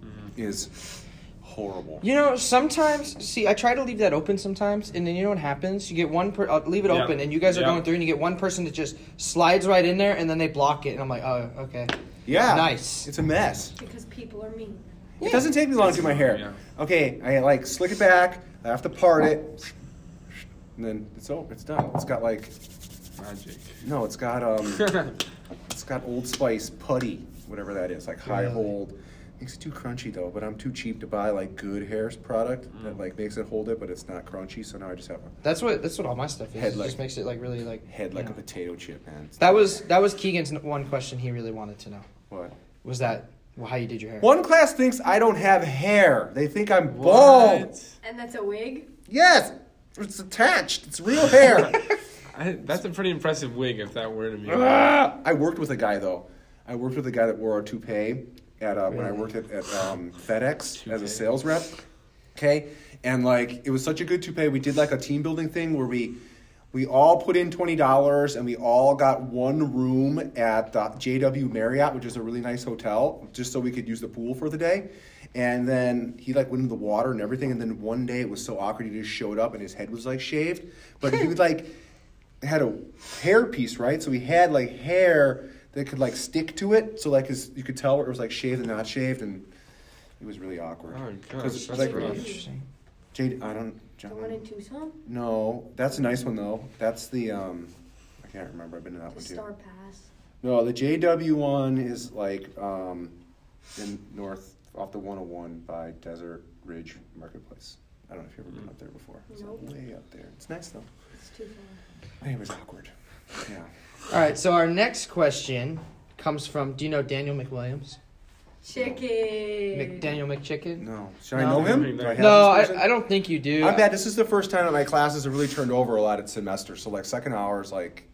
[SPEAKER 2] Mm-hmm.
[SPEAKER 3] is horrible.
[SPEAKER 1] You know, sometimes see, I try to leave that open sometimes, and then you know what happens? You get one per, I'll leave it
[SPEAKER 2] Yeah.
[SPEAKER 1] open, and you guys are
[SPEAKER 2] Yeah.
[SPEAKER 1] going through, and you get one person that just slides right in there, and then they block it, and I'm like, oh, okay.
[SPEAKER 3] Yeah.
[SPEAKER 1] Nice.
[SPEAKER 3] It's a mess.
[SPEAKER 4] Because people are mean.
[SPEAKER 3] It doesn't take me long to do my hair.
[SPEAKER 2] Yeah.
[SPEAKER 3] Okay, I like slick it back. I have to part it, and then it's over. It's done. It's got like
[SPEAKER 2] Magic.
[SPEAKER 3] no. It's got um. It's got Old Spice putty, whatever that is, like high hold. Makes it too crunchy though, but I'm too cheap to buy like good hair product that like makes it hold it, but it's not crunchy. So now I just have a
[SPEAKER 1] That's what that's what all my stuff is.
[SPEAKER 3] Head
[SPEAKER 1] it
[SPEAKER 3] like-
[SPEAKER 1] just makes it like really like
[SPEAKER 3] head
[SPEAKER 1] you
[SPEAKER 3] like a
[SPEAKER 1] know.
[SPEAKER 3] potato chip, man. It's
[SPEAKER 1] That
[SPEAKER 3] not-
[SPEAKER 1] was that was Keegan's n- one question he really wanted to know
[SPEAKER 3] what.
[SPEAKER 1] was that well, how you did your hair.
[SPEAKER 3] One class thinks I don't have hair. They think I'm bald.
[SPEAKER 4] And that's a wig?
[SPEAKER 3] Yes, it's attached. It's real hair.
[SPEAKER 2] I, that's a pretty impressive wig, if that were to be.
[SPEAKER 3] Ah! I worked with a guy though. I worked with a guy that wore a toupee at uh, when I worked at, at um, FedEx as a sales rep. Okay, and like it was such a good toupee. We did like a team building thing where we we all put in twenty dollars and we all got one room at the JW Marriott, which is a really nice hotel, just so we could use the pool for the day. And then he like went into the water and everything. And then one day it was so awkward. He just showed up and his head was like shaved, but he would like had a hair piece, right? So he had like hair that could like stick to it. So like his, you could tell where it was like shaved and not shaved, and it was really awkward.
[SPEAKER 2] Oh, gosh,
[SPEAKER 3] 'Cause it's
[SPEAKER 2] that's
[SPEAKER 3] like,
[SPEAKER 2] rough.
[SPEAKER 1] Interesting.
[SPEAKER 3] Jade, I don't.
[SPEAKER 4] The
[SPEAKER 3] John,
[SPEAKER 4] one in Tucson?
[SPEAKER 3] no, that's a nice one though. That's the um, I can't remember. I've been to that
[SPEAKER 4] The
[SPEAKER 3] one too.
[SPEAKER 4] Star Pass.
[SPEAKER 3] No, the JW one is like um, in north off the 101 by Desert Ridge Marketplace. I don't know if you've ever
[SPEAKER 2] Mm.
[SPEAKER 3] been up there before. It's
[SPEAKER 4] Nope.
[SPEAKER 3] way up there. It's nice though.
[SPEAKER 4] It's too far.
[SPEAKER 3] It was awkward. Yeah.
[SPEAKER 1] All right, so our next question comes from Do you know Daniel McWilliams?
[SPEAKER 4] Chicken.
[SPEAKER 1] McDaniel McChicken?
[SPEAKER 3] No. Should I
[SPEAKER 1] No.
[SPEAKER 3] know him? Do I have
[SPEAKER 1] No,
[SPEAKER 3] this person?
[SPEAKER 1] I, I don't think you do.
[SPEAKER 3] I'm bad. This is the first time that my classes have really turned over a lot at semester. So like second hour is like,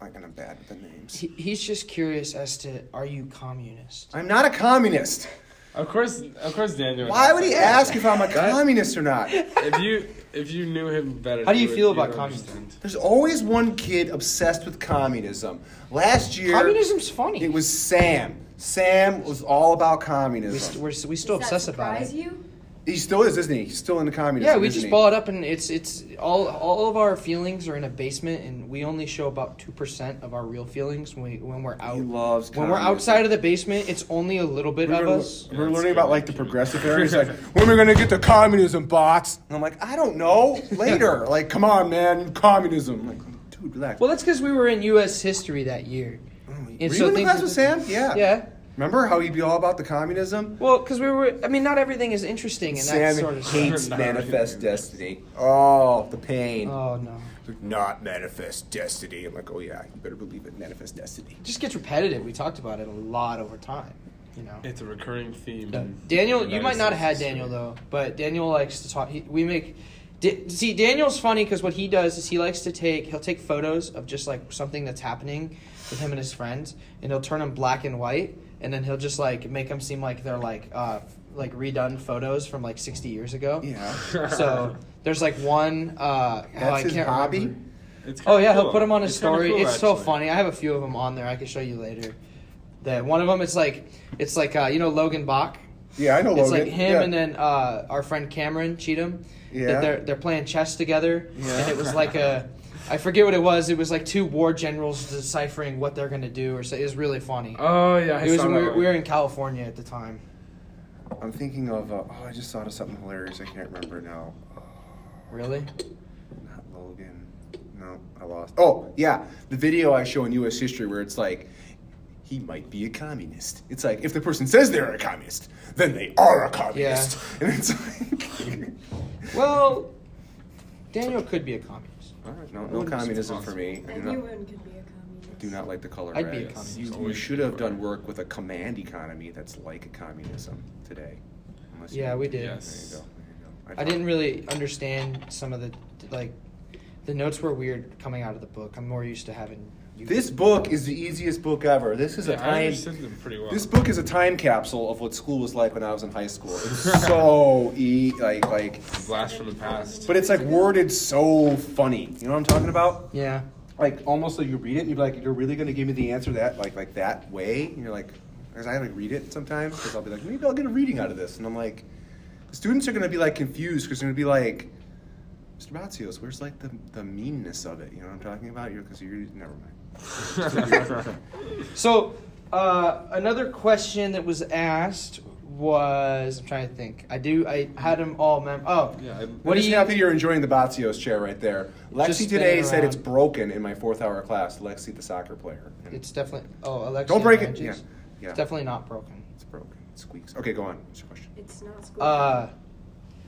[SPEAKER 3] like and I'm bad with the names.
[SPEAKER 1] He, he's just curious as to are you communist?
[SPEAKER 3] I'm not a communist.
[SPEAKER 2] Of course, of course, Daniel.
[SPEAKER 3] Why would he
[SPEAKER 2] ask?
[SPEAKER 3] ask if I'm a communist or not?
[SPEAKER 2] if you if you knew him better,
[SPEAKER 1] How do you
[SPEAKER 2] would-
[SPEAKER 1] feel about
[SPEAKER 2] would
[SPEAKER 1] communism?
[SPEAKER 2] understand.
[SPEAKER 3] There's always one kid obsessed with communism. Last year,
[SPEAKER 1] Communism's funny.
[SPEAKER 3] it was Sam. Sam was all about
[SPEAKER 1] we,
[SPEAKER 3] communism.
[SPEAKER 1] st- we're, s- we still
[SPEAKER 4] Does
[SPEAKER 1] obsess
[SPEAKER 4] that
[SPEAKER 1] about
[SPEAKER 4] surprise
[SPEAKER 1] it.
[SPEAKER 4] you?
[SPEAKER 3] he still is, isn't he? He's still into communism.
[SPEAKER 1] Yeah, we
[SPEAKER 3] isn't
[SPEAKER 1] just
[SPEAKER 3] he?
[SPEAKER 1] ball it up, and it's it's all all of our feelings are in a basement, and we only show about two percent of our real feelings when we when we're out.
[SPEAKER 3] He loves
[SPEAKER 1] when we're
[SPEAKER 3] communism.
[SPEAKER 1] outside of the basement, it's only a little bit
[SPEAKER 3] We
[SPEAKER 1] of
[SPEAKER 3] were-
[SPEAKER 1] us.
[SPEAKER 3] we We're
[SPEAKER 2] Yeah,
[SPEAKER 3] learning
[SPEAKER 2] it's
[SPEAKER 3] about like the progressive areas. Like, when are we gonna get the communism box? And I'm like, I don't know. Later. like, come on, man, communism. I'm like, dude, relax.
[SPEAKER 1] Well, that's because we were in U.S. history that year.
[SPEAKER 3] Oh, Were
[SPEAKER 1] and
[SPEAKER 3] you
[SPEAKER 1] so
[SPEAKER 3] in the
[SPEAKER 1] things
[SPEAKER 3] class
[SPEAKER 1] are
[SPEAKER 3] with Sam?
[SPEAKER 1] different.
[SPEAKER 3] Yeah.
[SPEAKER 1] Yeah.
[SPEAKER 3] Remember how he'd be all about the communism?
[SPEAKER 1] Well, because we were. I mean, not everything is interesting, and that
[SPEAKER 3] Sam
[SPEAKER 1] sort of stuff.
[SPEAKER 3] hates
[SPEAKER 2] Not
[SPEAKER 3] manifest
[SPEAKER 2] really.
[SPEAKER 3] destiny. Oh, the pain.
[SPEAKER 1] Oh no,
[SPEAKER 3] Not manifest destiny. I'm like, oh yeah, you better believe it. Manifest destiny.
[SPEAKER 1] it just gets repetitive. We talked about it a lot over time. You know.
[SPEAKER 2] It's a recurring theme.
[SPEAKER 1] Yeah.
[SPEAKER 2] in
[SPEAKER 1] Daniel, you
[SPEAKER 2] United
[SPEAKER 1] might not have had
[SPEAKER 2] States
[SPEAKER 1] Daniel
[SPEAKER 2] history.
[SPEAKER 1] though, but Daniel likes to talk. He, we make. Da- See, Daniel's funny because what he does is he likes to take he'll take photos of just like something that's happening with him and his friends, and he'll turn them black and white, and then he'll just like make them seem like they're like uh like redone photos from like sixty years ago.
[SPEAKER 3] Yeah.
[SPEAKER 1] So there's like one. Uh, oh, I
[SPEAKER 3] That's his
[SPEAKER 1] can't
[SPEAKER 3] hobby.
[SPEAKER 1] remember.
[SPEAKER 2] It's kinda
[SPEAKER 1] Oh yeah, he'll
[SPEAKER 2] cool.
[SPEAKER 1] put them on his
[SPEAKER 2] It's kinda
[SPEAKER 1] story.
[SPEAKER 2] cool,
[SPEAKER 1] it's so
[SPEAKER 2] actually.
[SPEAKER 1] funny. I have a few of them on there. I can show you later. That one of them, it's like it's like uh, you know Logan Bach.
[SPEAKER 3] Yeah, I know
[SPEAKER 1] It's
[SPEAKER 3] Logan.
[SPEAKER 1] like him
[SPEAKER 3] Yeah.
[SPEAKER 1] and then uh, our friend Cameron Cheatham.
[SPEAKER 3] Yeah.
[SPEAKER 1] That they're they're playing chess together,
[SPEAKER 3] Yeah.
[SPEAKER 1] and it was like a, I forget what it was. It was like two war generals deciphering what they're gonna do, or so. It was really funny.
[SPEAKER 2] Oh yeah, I
[SPEAKER 1] it was
[SPEAKER 2] saw
[SPEAKER 1] when
[SPEAKER 2] that
[SPEAKER 1] we were,
[SPEAKER 2] one.
[SPEAKER 1] we were in California at the time.
[SPEAKER 3] I'm thinking of. Uh, oh, I just thought of something hilarious. I can't remember now. Oh.
[SPEAKER 1] Really?
[SPEAKER 3] Not Logan. No, I lost. Oh, yeah. The video I show in U.S. history where it's like, he might be a communist. It's like, if the person says they're a communist, then they are a communist. And it's like,
[SPEAKER 1] Well, Daniel could be a communist.
[SPEAKER 3] all right, no, no communism for me. I do not,
[SPEAKER 4] Anyone could be a communist.
[SPEAKER 3] do not like the color
[SPEAKER 1] I'd
[SPEAKER 3] red.
[SPEAKER 1] be a
[SPEAKER 3] You-
[SPEAKER 1] communist.
[SPEAKER 3] You, should have done work with a command economy that's like communism today. Unless you-
[SPEAKER 1] Yeah, we did.
[SPEAKER 3] There you
[SPEAKER 2] Yes.
[SPEAKER 3] go. There you go.
[SPEAKER 1] I didn't really understand some of the like, the notes were weird coming out of the book. I'm more used to having. You
[SPEAKER 3] This book is the easiest book ever. This is
[SPEAKER 2] Yeah,
[SPEAKER 3] a
[SPEAKER 2] I
[SPEAKER 3] time
[SPEAKER 2] understood them pretty well.
[SPEAKER 3] This book is a time capsule of what school was like when I was in high school. It's so e like like,
[SPEAKER 2] blast from the past.
[SPEAKER 3] but it's like worded so funny. You know what I'm talking about?
[SPEAKER 1] Yeah.
[SPEAKER 3] Like almost like you read it and you're like, you're really gonna give me the answer that like like that way? And you're like, because I like read it sometimes because I'll be like, maybe I'll get a reading out of this, and I'm like, the students are gonna be like confused because they're gonna be like, Mr. Batzios, where's like the the meanness of it? You know what I'm talking about? You're because you're never mind.
[SPEAKER 1] So, uh, another question that was asked was I'm trying to think. I do. I had them all. Mem- oh,
[SPEAKER 2] Yeah, I-
[SPEAKER 1] What
[SPEAKER 3] What
[SPEAKER 1] do
[SPEAKER 3] I'm just
[SPEAKER 1] you?
[SPEAKER 3] happy you're enjoying the Bazios chair right there.
[SPEAKER 1] Just
[SPEAKER 3] Lexi today
[SPEAKER 1] spinning
[SPEAKER 3] said
[SPEAKER 1] around.
[SPEAKER 3] it's broken in my fourth hour class. Lexi, the soccer player. And
[SPEAKER 1] It's definitely. Oh, Alexa.
[SPEAKER 3] Don't break it.
[SPEAKER 1] Hodges.
[SPEAKER 3] Yeah. Yeah.
[SPEAKER 1] It's definitely not broken.
[SPEAKER 3] it's broken. Squeaks. Okay, go on. What's your question?
[SPEAKER 4] It's not school.
[SPEAKER 1] Uh,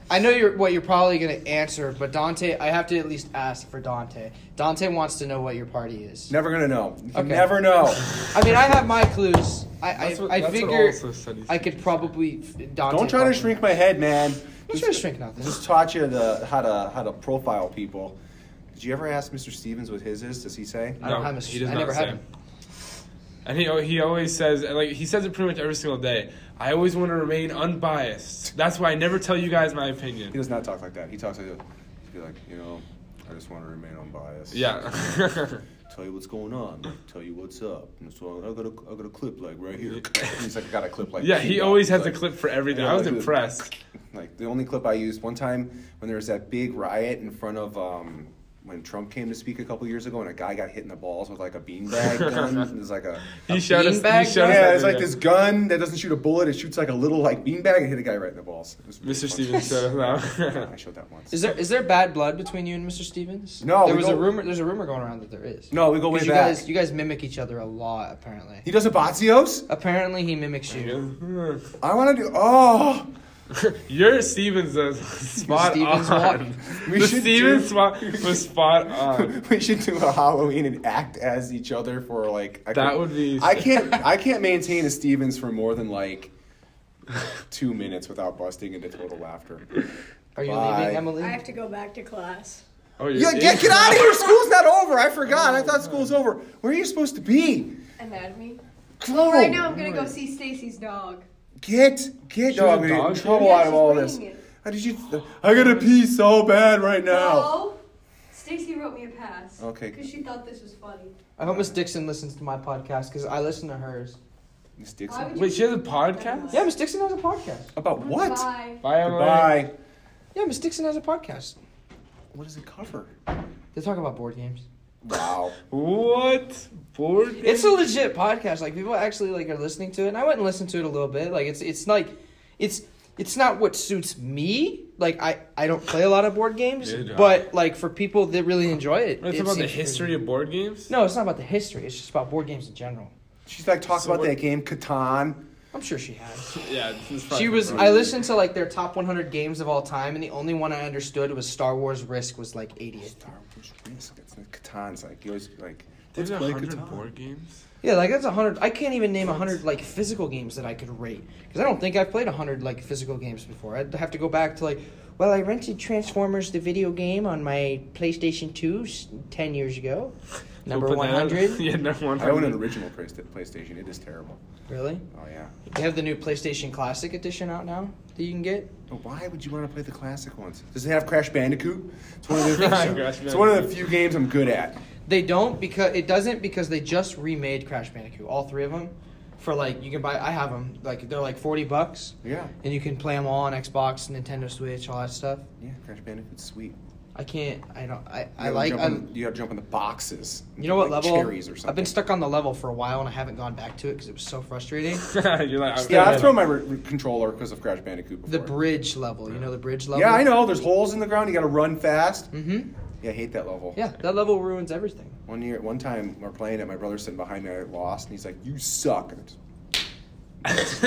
[SPEAKER 1] I know you're what you're probably gonna answer, but Dante, I have to at least ask for Dante. Dante wants to know what your party is.
[SPEAKER 3] Never gonna know. You
[SPEAKER 1] Okay.
[SPEAKER 3] Never know.
[SPEAKER 1] I mean, I have my clues. I I,
[SPEAKER 2] That's what-
[SPEAKER 1] I
[SPEAKER 2] that's what
[SPEAKER 1] figure
[SPEAKER 2] also said he's
[SPEAKER 1] I could probably Dante.
[SPEAKER 3] Don't try to
[SPEAKER 1] probably-
[SPEAKER 3] shrink my head, man.
[SPEAKER 1] I'm trying to shrink nothing.
[SPEAKER 3] Just taught you the how to how to profile people. Did you ever ask Mr. Stevens what his is? Does he say?
[SPEAKER 1] I don't
[SPEAKER 2] No,
[SPEAKER 1] have a.
[SPEAKER 2] he does
[SPEAKER 1] I
[SPEAKER 2] not
[SPEAKER 1] never
[SPEAKER 2] say.
[SPEAKER 1] had him.
[SPEAKER 2] And he, he always says, and, like, he says it pretty much every single day. I always want to remain unbiased. That's why I never tell you guys my
[SPEAKER 3] He
[SPEAKER 2] opinion.
[SPEAKER 3] does not talk like that. He talks like this. He'd be like, you know, I just want to remain unbiased.
[SPEAKER 2] Yeah.
[SPEAKER 3] Tell you what's going on. Tell you what's up. And so I got a, I got a clip like right here. He's like, I got a clip like.
[SPEAKER 2] yeah, he
[SPEAKER 3] here."
[SPEAKER 2] always has a
[SPEAKER 3] Like-
[SPEAKER 2] clip for everything.
[SPEAKER 3] Yeah,
[SPEAKER 2] I was
[SPEAKER 3] like the-
[SPEAKER 2] impressed.
[SPEAKER 3] Like the only clip I used one time when there was that big riot in front of um, when Trump came to speak a couple years ago, and a guy got hit in the balls with like a beanbag gun. It was like a.
[SPEAKER 2] He showed us.
[SPEAKER 1] beanbag
[SPEAKER 2] He showed us
[SPEAKER 3] yeah,
[SPEAKER 2] that
[SPEAKER 3] it's like
[SPEAKER 2] video.
[SPEAKER 3] this gun that doesn't shoot a bullet. It shoots like a little like beanbag and hit a guy right in the balls. It was really
[SPEAKER 2] Mr.
[SPEAKER 3] funny.
[SPEAKER 2] Stevens showed us
[SPEAKER 3] Yeah,
[SPEAKER 2] that.
[SPEAKER 3] I showed that once.
[SPEAKER 1] Is there is there bad blood between you and Mr. Stevens?
[SPEAKER 3] No,
[SPEAKER 1] There
[SPEAKER 3] we
[SPEAKER 1] was a
[SPEAKER 3] don't-
[SPEAKER 1] rumor. There's a rumor going around that there is.
[SPEAKER 3] No, we go
[SPEAKER 1] 'Cause
[SPEAKER 3] way
[SPEAKER 1] you
[SPEAKER 3] back.
[SPEAKER 1] guys you guys mimic each other a lot apparently.
[SPEAKER 3] He does abatios?
[SPEAKER 1] Apparently he mimics you.
[SPEAKER 3] I want to do. Oh,
[SPEAKER 2] Your Stevens was spot
[SPEAKER 1] Stevens
[SPEAKER 2] on.
[SPEAKER 1] walk.
[SPEAKER 3] We
[SPEAKER 2] the
[SPEAKER 3] should
[SPEAKER 2] Stevens
[SPEAKER 3] do-
[SPEAKER 2] spot was spot on.
[SPEAKER 3] we should do a Halloween and act as each other for like. I
[SPEAKER 2] That
[SPEAKER 3] could-
[SPEAKER 2] would be.
[SPEAKER 3] I can't. I can't maintain a Stevens for more than like two minutes without busting into total laughter.
[SPEAKER 1] Are you
[SPEAKER 3] Bye.
[SPEAKER 1] leaving, Emily?
[SPEAKER 6] I have to go back to class.
[SPEAKER 2] Oh, you're
[SPEAKER 3] Yeah, get, get
[SPEAKER 2] in-
[SPEAKER 3] out of here! School's not over. I forgot. I thought school's over. Where are you supposed to be?
[SPEAKER 6] Anatomy.
[SPEAKER 3] Chloe,
[SPEAKER 6] Right now, I'm gonna go see Stacy's dog.
[SPEAKER 3] get get.
[SPEAKER 2] She's
[SPEAKER 3] No, I'm
[SPEAKER 2] a
[SPEAKER 3] gonna get in
[SPEAKER 2] dog?
[SPEAKER 3] trouble
[SPEAKER 6] Yeah,
[SPEAKER 3] out of
[SPEAKER 6] she's
[SPEAKER 3] Oh, all this.
[SPEAKER 6] bringing it.
[SPEAKER 3] How did you? I gotta pee so bad right now.
[SPEAKER 6] No. Stacy wrote me a pass.
[SPEAKER 3] Okay.
[SPEAKER 6] Because she thought this was funny.
[SPEAKER 1] I hope Miss Dixon listens to my podcast because I listen to hers.
[SPEAKER 3] Miss
[SPEAKER 6] Why
[SPEAKER 3] Dixon.
[SPEAKER 6] would you
[SPEAKER 2] Wait, she has a podcast?
[SPEAKER 1] Yeah, Miss Dixon has a podcast.
[SPEAKER 3] About what?
[SPEAKER 6] Bye.
[SPEAKER 2] Bye, Emily.
[SPEAKER 3] Goodbye.
[SPEAKER 1] Yeah, Miss Dixon has a podcast.
[SPEAKER 3] What does it cover?
[SPEAKER 1] They talk about board games.
[SPEAKER 3] Wow.
[SPEAKER 2] What? Board?
[SPEAKER 1] It's a legit podcast. Like people actually like are listening to it. And I went and listened to it a little bit. Like it's it's like it's it's not what suits me. Like I I don't play a lot of board games,
[SPEAKER 2] Neither do I.
[SPEAKER 1] but like for people that really enjoy it,
[SPEAKER 2] It's
[SPEAKER 1] it
[SPEAKER 2] about the
[SPEAKER 1] seems pretty-
[SPEAKER 2] history of board games.
[SPEAKER 1] No, it's not about the history. It's just about board games in general.
[SPEAKER 3] She's like talking
[SPEAKER 2] So
[SPEAKER 3] about
[SPEAKER 2] what-
[SPEAKER 3] that game Catan.
[SPEAKER 1] I'm sure she has.
[SPEAKER 2] Yeah, this is
[SPEAKER 1] She
[SPEAKER 2] probably
[SPEAKER 1] was.
[SPEAKER 2] wrong.
[SPEAKER 1] I listened to like their top 100 games of all time, and the only one I understood was Star Wars Risk was like 80th.
[SPEAKER 3] Star Wars Risk. It's like Catan's like you always like.
[SPEAKER 2] There's a
[SPEAKER 3] play
[SPEAKER 2] hundred
[SPEAKER 3] Catan.
[SPEAKER 2] board games.
[SPEAKER 1] Yeah, like that's 100. I can't even name 100 like physical games that I could rate because I don't think I've played 100 like physical games before. I'd have to go back to like. Well, I rented Transformers the video game on my PlayStation 2 s- 10 years ago. Number
[SPEAKER 2] We'll put that-
[SPEAKER 1] 100.
[SPEAKER 2] yeah, number
[SPEAKER 3] I own an
[SPEAKER 2] 100.
[SPEAKER 3] original Play- PlayStation. It is terrible.
[SPEAKER 1] Really?
[SPEAKER 3] Oh yeah.
[SPEAKER 1] They have the new PlayStation Classic Edition out now that you can get.
[SPEAKER 3] But why would you want to play the classic ones? Does it have Crash Bandicoot? It's one of
[SPEAKER 2] Crash
[SPEAKER 3] the,
[SPEAKER 2] Bandicoot.
[SPEAKER 3] it's one of the few games I'm good at.
[SPEAKER 1] They don't because it doesn't because they just remade Crash Bandicoot, all three of them, for like you can buy. I have them like they're like forty bucks,
[SPEAKER 3] Yeah.
[SPEAKER 1] and you can play them all on Xbox, Nintendo Switch, all that stuff.
[SPEAKER 3] Yeah, Crash Bandicoot's sweet.
[SPEAKER 1] I can't. I don't. I
[SPEAKER 3] You
[SPEAKER 1] I
[SPEAKER 3] gotta
[SPEAKER 1] like.
[SPEAKER 3] jump
[SPEAKER 1] I'm,
[SPEAKER 3] on, you got to jump on the boxes. and
[SPEAKER 1] you know
[SPEAKER 3] get,
[SPEAKER 1] what
[SPEAKER 3] like,
[SPEAKER 1] level?
[SPEAKER 3] Cherries or something.
[SPEAKER 1] I've been stuck on the level for a while and I haven't gone back to it because it was so frustrating.
[SPEAKER 2] You're like, I'm-
[SPEAKER 3] Yeah, I've thrown my re- re- controller because of Crash Bandicoot before.
[SPEAKER 1] the bridge level, you know the bridge level.
[SPEAKER 3] Yeah, I know. There's holes in the ground. You got to run fast.
[SPEAKER 1] Mm-hmm.
[SPEAKER 3] Yeah, I hate that level.
[SPEAKER 1] Yeah, that level ruins everything.
[SPEAKER 3] One year, one time, we're playing it. My brother's sitting behind me. I lost, and he's like, "You suck." And I just-